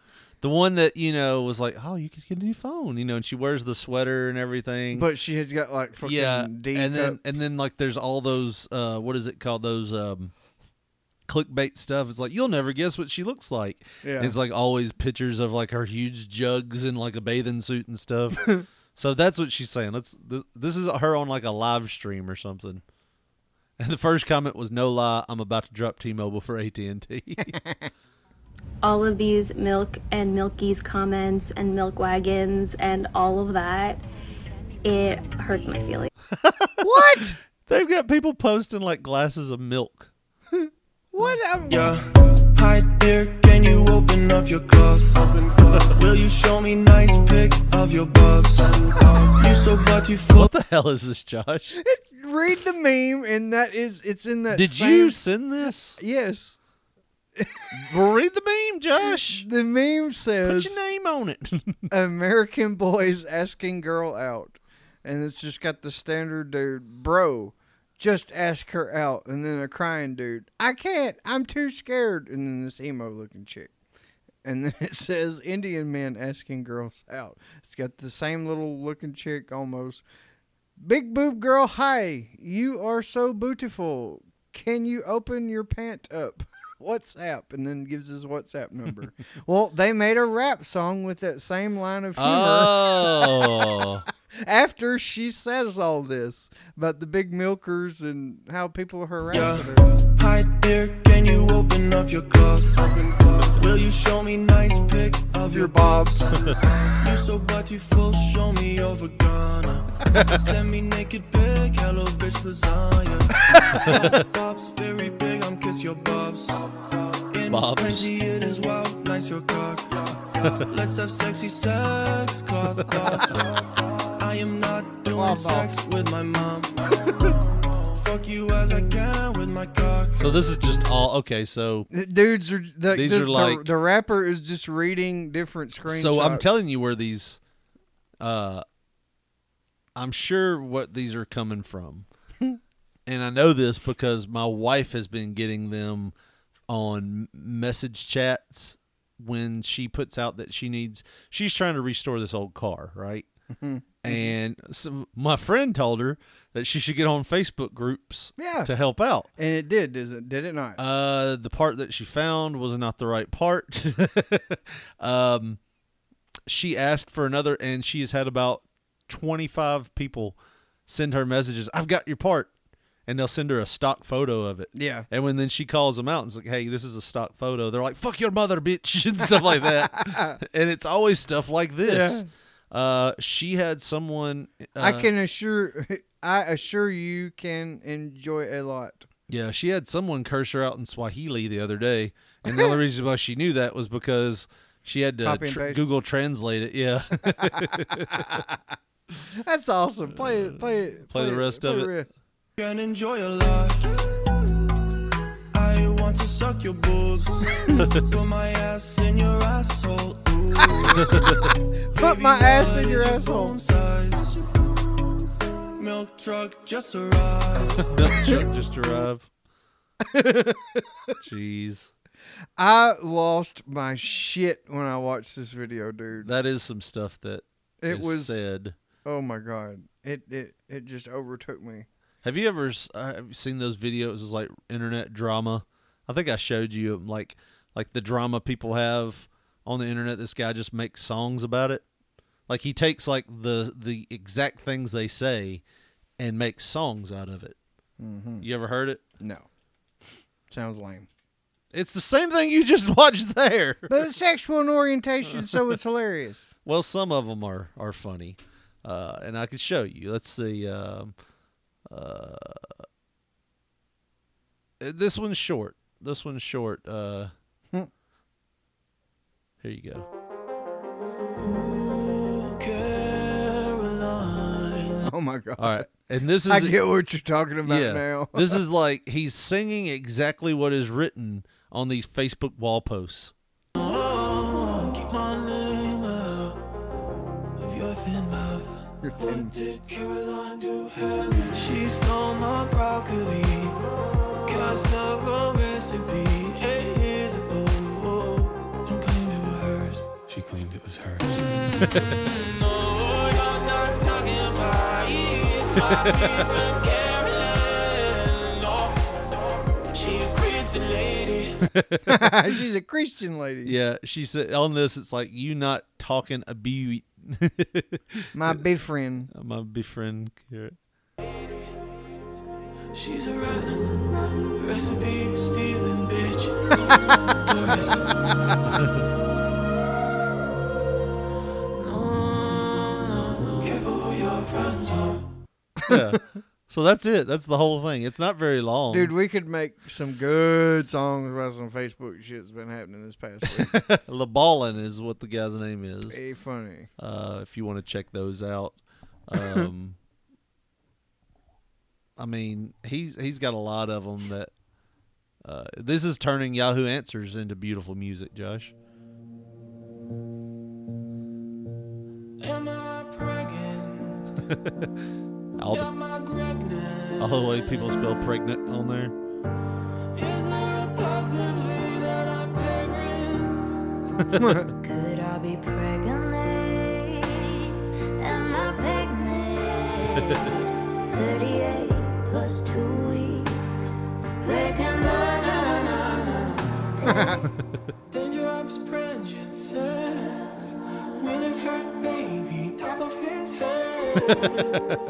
Speaker 5: The one that, you know, was like, oh, you can get a new phone, you know, and she wears the sweater and everything.
Speaker 7: But she has got like fucking
Speaker 5: yeah,
Speaker 7: D
Speaker 5: and then
Speaker 7: cup.
Speaker 5: and then like there's all those uh, what is it called those um, clickbait stuff. It's like you'll never guess what she looks like.
Speaker 7: Yeah.
Speaker 5: And it's like always pictures of like her huge jugs and like a bathing suit and stuff. so that's what she's saying. Let's this, this is her on like a live stream or something. And the first comment was no lie. I'm about to drop T-Mobile for AT and T.
Speaker 13: all of these milk and milky's comments and milk wagons and all of that it hurts my feelings
Speaker 5: What? They've got people posting like glasses of milk.
Speaker 7: What?
Speaker 12: Yeah. Hi there, can you open up your glove? Will you show me nice pic of your bubs? You so but you full.
Speaker 5: What the hell is this, Josh?
Speaker 7: read the meme, and that is it's in that.
Speaker 5: Did
Speaker 7: same-
Speaker 5: you send this?
Speaker 7: Yes.
Speaker 5: read the meme, Josh.
Speaker 7: The meme says
Speaker 5: Put your name on it.
Speaker 7: American boys asking girl out, and it's just got the standard dude, bro. Just ask her out, and then a crying dude. I can't. I'm too scared. And then this emo looking chick, and then it says Indian man asking girls out. It's got the same little looking chick almost. Big boob girl, hi. You are so beautiful. Can you open your pant up? WhatsApp and then gives his WhatsApp number. well, they made a rap song with that same line of humor
Speaker 5: Oh.
Speaker 7: after she says all this about the big milkers and how people harass
Speaker 12: Yeah.
Speaker 7: her.
Speaker 12: Hi there, can you open up your glove? Will you show me nice pic of your, bobs? you so but you full, show me over Ghana. Send me naked pic, hello bitch lasagna. bobs very big, I'm kiss your bobs. In
Speaker 5: Bobs.
Speaker 12: plenty it is wild, nice your cock. Let's have sexy sex, cloth thoughts. I am not doing sex with my mom. Fuck you as I can with my cock.
Speaker 5: So this is just all okay. So
Speaker 7: The Dudes are the,
Speaker 5: These
Speaker 7: the,
Speaker 5: are
Speaker 7: the-
Speaker 5: like-
Speaker 7: the rapper is just reading different screenshots.
Speaker 5: so I'm telling you where these. Uh, I'm sure what these are coming from, and I know this because my wife has been getting them on message chats when she puts out that she needs. She's trying to restore this old car, right? and so my friend told her that she should get on Facebook groups
Speaker 7: Yeah.
Speaker 5: to help out.
Speaker 7: And it did, did it, did it not?
Speaker 5: Uh, the part that she found was not the right part. um, she asked for another, and she has had about 25 people send her messages. I've got your part. And they'll send her a stock photo of it.
Speaker 7: Yeah.
Speaker 5: And when then she calls them out and is like, hey, this is a stock photo, they're like, fuck your mother, bitch, and stuff like that. and it's always stuff like this. Uh, she had someone. Uh,
Speaker 7: I can assure, I assure you can enjoy a lot.
Speaker 5: Yeah, she had someone curse her out in Swahili the other day, and the only reason why she knew that was because she had to
Speaker 7: Copy and
Speaker 5: tr-
Speaker 7: paste.
Speaker 5: Google translate it. Yeah,
Speaker 7: That's awesome. Play it, play it,
Speaker 5: uh, Play the rest of it.
Speaker 12: Can enjoy a lot. I want to suck your balls. Put my ass in your asshole.
Speaker 7: Put my ass in your asshole.
Speaker 12: Milk truck just arrived.
Speaker 5: Milk truck just arrived. Jeez,
Speaker 7: I lost my shit when I watched this video, dude.
Speaker 5: that is some stuff that
Speaker 7: It
Speaker 5: is
Speaker 7: was
Speaker 5: said.
Speaker 7: Oh my god! It it it just overtook me.
Speaker 5: Have you ever s- uh, have you seen those videos as like internet drama? I think I showed you um, like like the drama people have on the internet. This guy just makes songs about it. Like he takes like the the exact things they say and makes songs out of it.
Speaker 7: Mhm.
Speaker 5: You ever heard it?
Speaker 7: No. Sounds lame.
Speaker 5: It's the same thing you just watched there.
Speaker 7: But it's sexual in orientation, so it's hilarious.
Speaker 5: Well, some of them are are funny, uh, and I could show you. Let's see. Um, uh, this one's short. This one's short. Uh,
Speaker 7: Hmm.
Speaker 5: Here you go.
Speaker 7: Oh my god!
Speaker 5: All right, and this is
Speaker 7: I get what you're talking about now.
Speaker 5: this is like he's singing exactly what is written on these Facebook wall posts.
Speaker 10: Keep my name out of your thin mouth.
Speaker 7: Your thin.
Speaker 10: What did Caroline do? Helen? She stole my broccoli. Cast a recipe eight years ago and claimed it was hers. She claimed it was hers. no, you're not talking about it. My dear friend Carolyn. No, she a Christian lady.
Speaker 7: She's a Christian lady.
Speaker 5: Yeah, she said on this it's like you not talking a bee.
Speaker 7: My befriend.
Speaker 5: My befriend. Garrett.
Speaker 10: She's a rotten, recipe stealing bitch. Doris. No, no, no. Careful who your friends are.
Speaker 5: Yeah. so that's it. That's the whole thing. It's not very long.
Speaker 7: Dude, we could make some good songs about some Facebook shit that's been happening this past week.
Speaker 5: LeBallin is what the guy's name is.
Speaker 7: Very funny.
Speaker 5: Uh, if you want to check those out, um, I mean he's he's got a lot of them that. Uh, this is turning Yahoo Answers into beautiful music, Josh.
Speaker 10: Am I pregnant?
Speaker 5: All
Speaker 10: Am
Speaker 5: the
Speaker 10: I pregnant?
Speaker 5: all the way people spell pregnant on there.
Speaker 10: Is there a possibility that I'm pregnant?
Speaker 15: Could I be pregnant? Am I pregnant? 38 plus two weeks. Pregnant, na, na, na, na, na.
Speaker 10: Danger ups pregnant sex. Will it hurt, baby? Top of his head.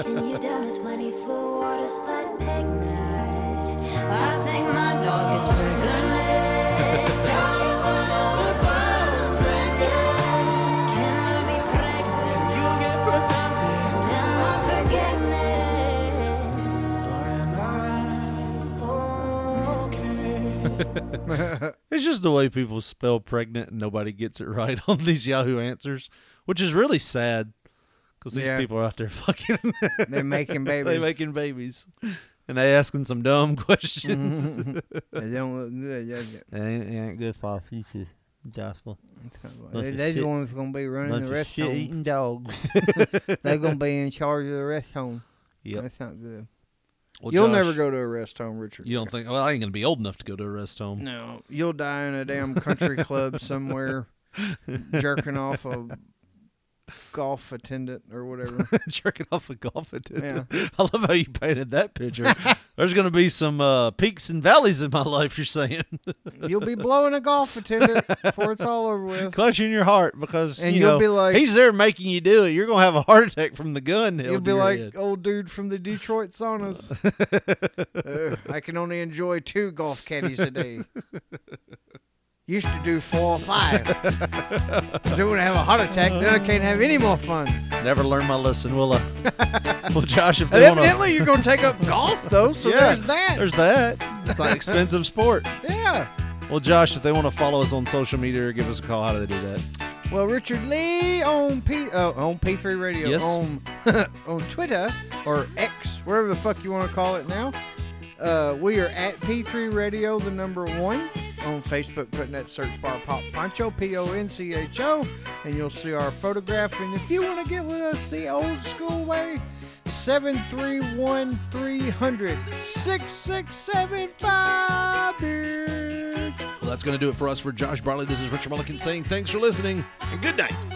Speaker 15: Can you down a 20 foot water slide peg night? I think my dog is pregnant. Are you one of the fun pregnant? Can I be pregnant?
Speaker 10: You get protected.
Speaker 15: Am I pregnant?
Speaker 5: It's just the way people spell pregnant and nobody gets it right on these Yahoo answers, which is really sad because these
Speaker 7: Yeah.
Speaker 5: people are out there fucking.
Speaker 7: They're making
Speaker 5: They're
Speaker 7: babies.
Speaker 5: making babies. And they asking some dumb questions.
Speaker 7: They don't look good, does it?
Speaker 11: It ain't, it ain't good for our future, Joshua. Bunch of
Speaker 7: They're the
Speaker 11: shit-
Speaker 7: ones gonna be running
Speaker 11: bunch
Speaker 7: the
Speaker 11: of
Speaker 7: rest home.
Speaker 11: shit-eating dogs.
Speaker 7: They're gonna be in charge of the rest home.
Speaker 5: Yep.
Speaker 7: that's not good.
Speaker 5: Well,
Speaker 7: You'll
Speaker 5: Josh,
Speaker 7: never go to a rest home, Richard.
Speaker 5: You don't think? Well, I ain't gonna be old enough to go to a rest home.
Speaker 7: No, you'll die in a damn country club somewhere, jerking off a golf attendant or whatever.
Speaker 5: Jerking off a golf attendant.
Speaker 7: Yeah.
Speaker 5: I love how you painted that picture. There's going to be some uh, peaks and valleys in my life. You're saying
Speaker 7: You'll be blowing a golf attendant before it's all over with.
Speaker 5: clutching your heart because
Speaker 7: And
Speaker 5: you
Speaker 7: you'll
Speaker 5: know,
Speaker 7: be like-
Speaker 5: he's there making you do it. You're going to have a heart attack from the gun. held
Speaker 7: You'll
Speaker 5: to
Speaker 7: be
Speaker 5: your
Speaker 7: like
Speaker 5: head.
Speaker 7: old dude from the Detroit saunas. "Ugh, I can only enjoy two golf caddies a day. Used to do four or five. Don't have a heart attack. Then I can't have any more fun.
Speaker 5: never learn my lesson, will I? well, Josh, if
Speaker 7: And
Speaker 5: they wanna-
Speaker 7: evidently, you're gonna take up golf though, so
Speaker 5: Yeah,
Speaker 7: there's that.
Speaker 5: There's that. It's an expensive sport.
Speaker 7: Yeah.
Speaker 5: Well, Josh, if they want to follow us on social media or give us a call, how do they do that?
Speaker 7: Well, Richard Lee on P uh, on P3 Radio
Speaker 5: Yes.
Speaker 7: on on Twitter or X, wherever the fuck you want to call it now. Uh, we are at P3 Radio, the number one on Facebook. Putting that search bar pop poncho P O N C H O, and you'll see our photograph. And if you want to get with us the old school way. 731 300 6675 bitch.
Speaker 5: Well, that's going to do it for us for Josh Barley. This is Richard Mulligan saying thanks for listening and good night.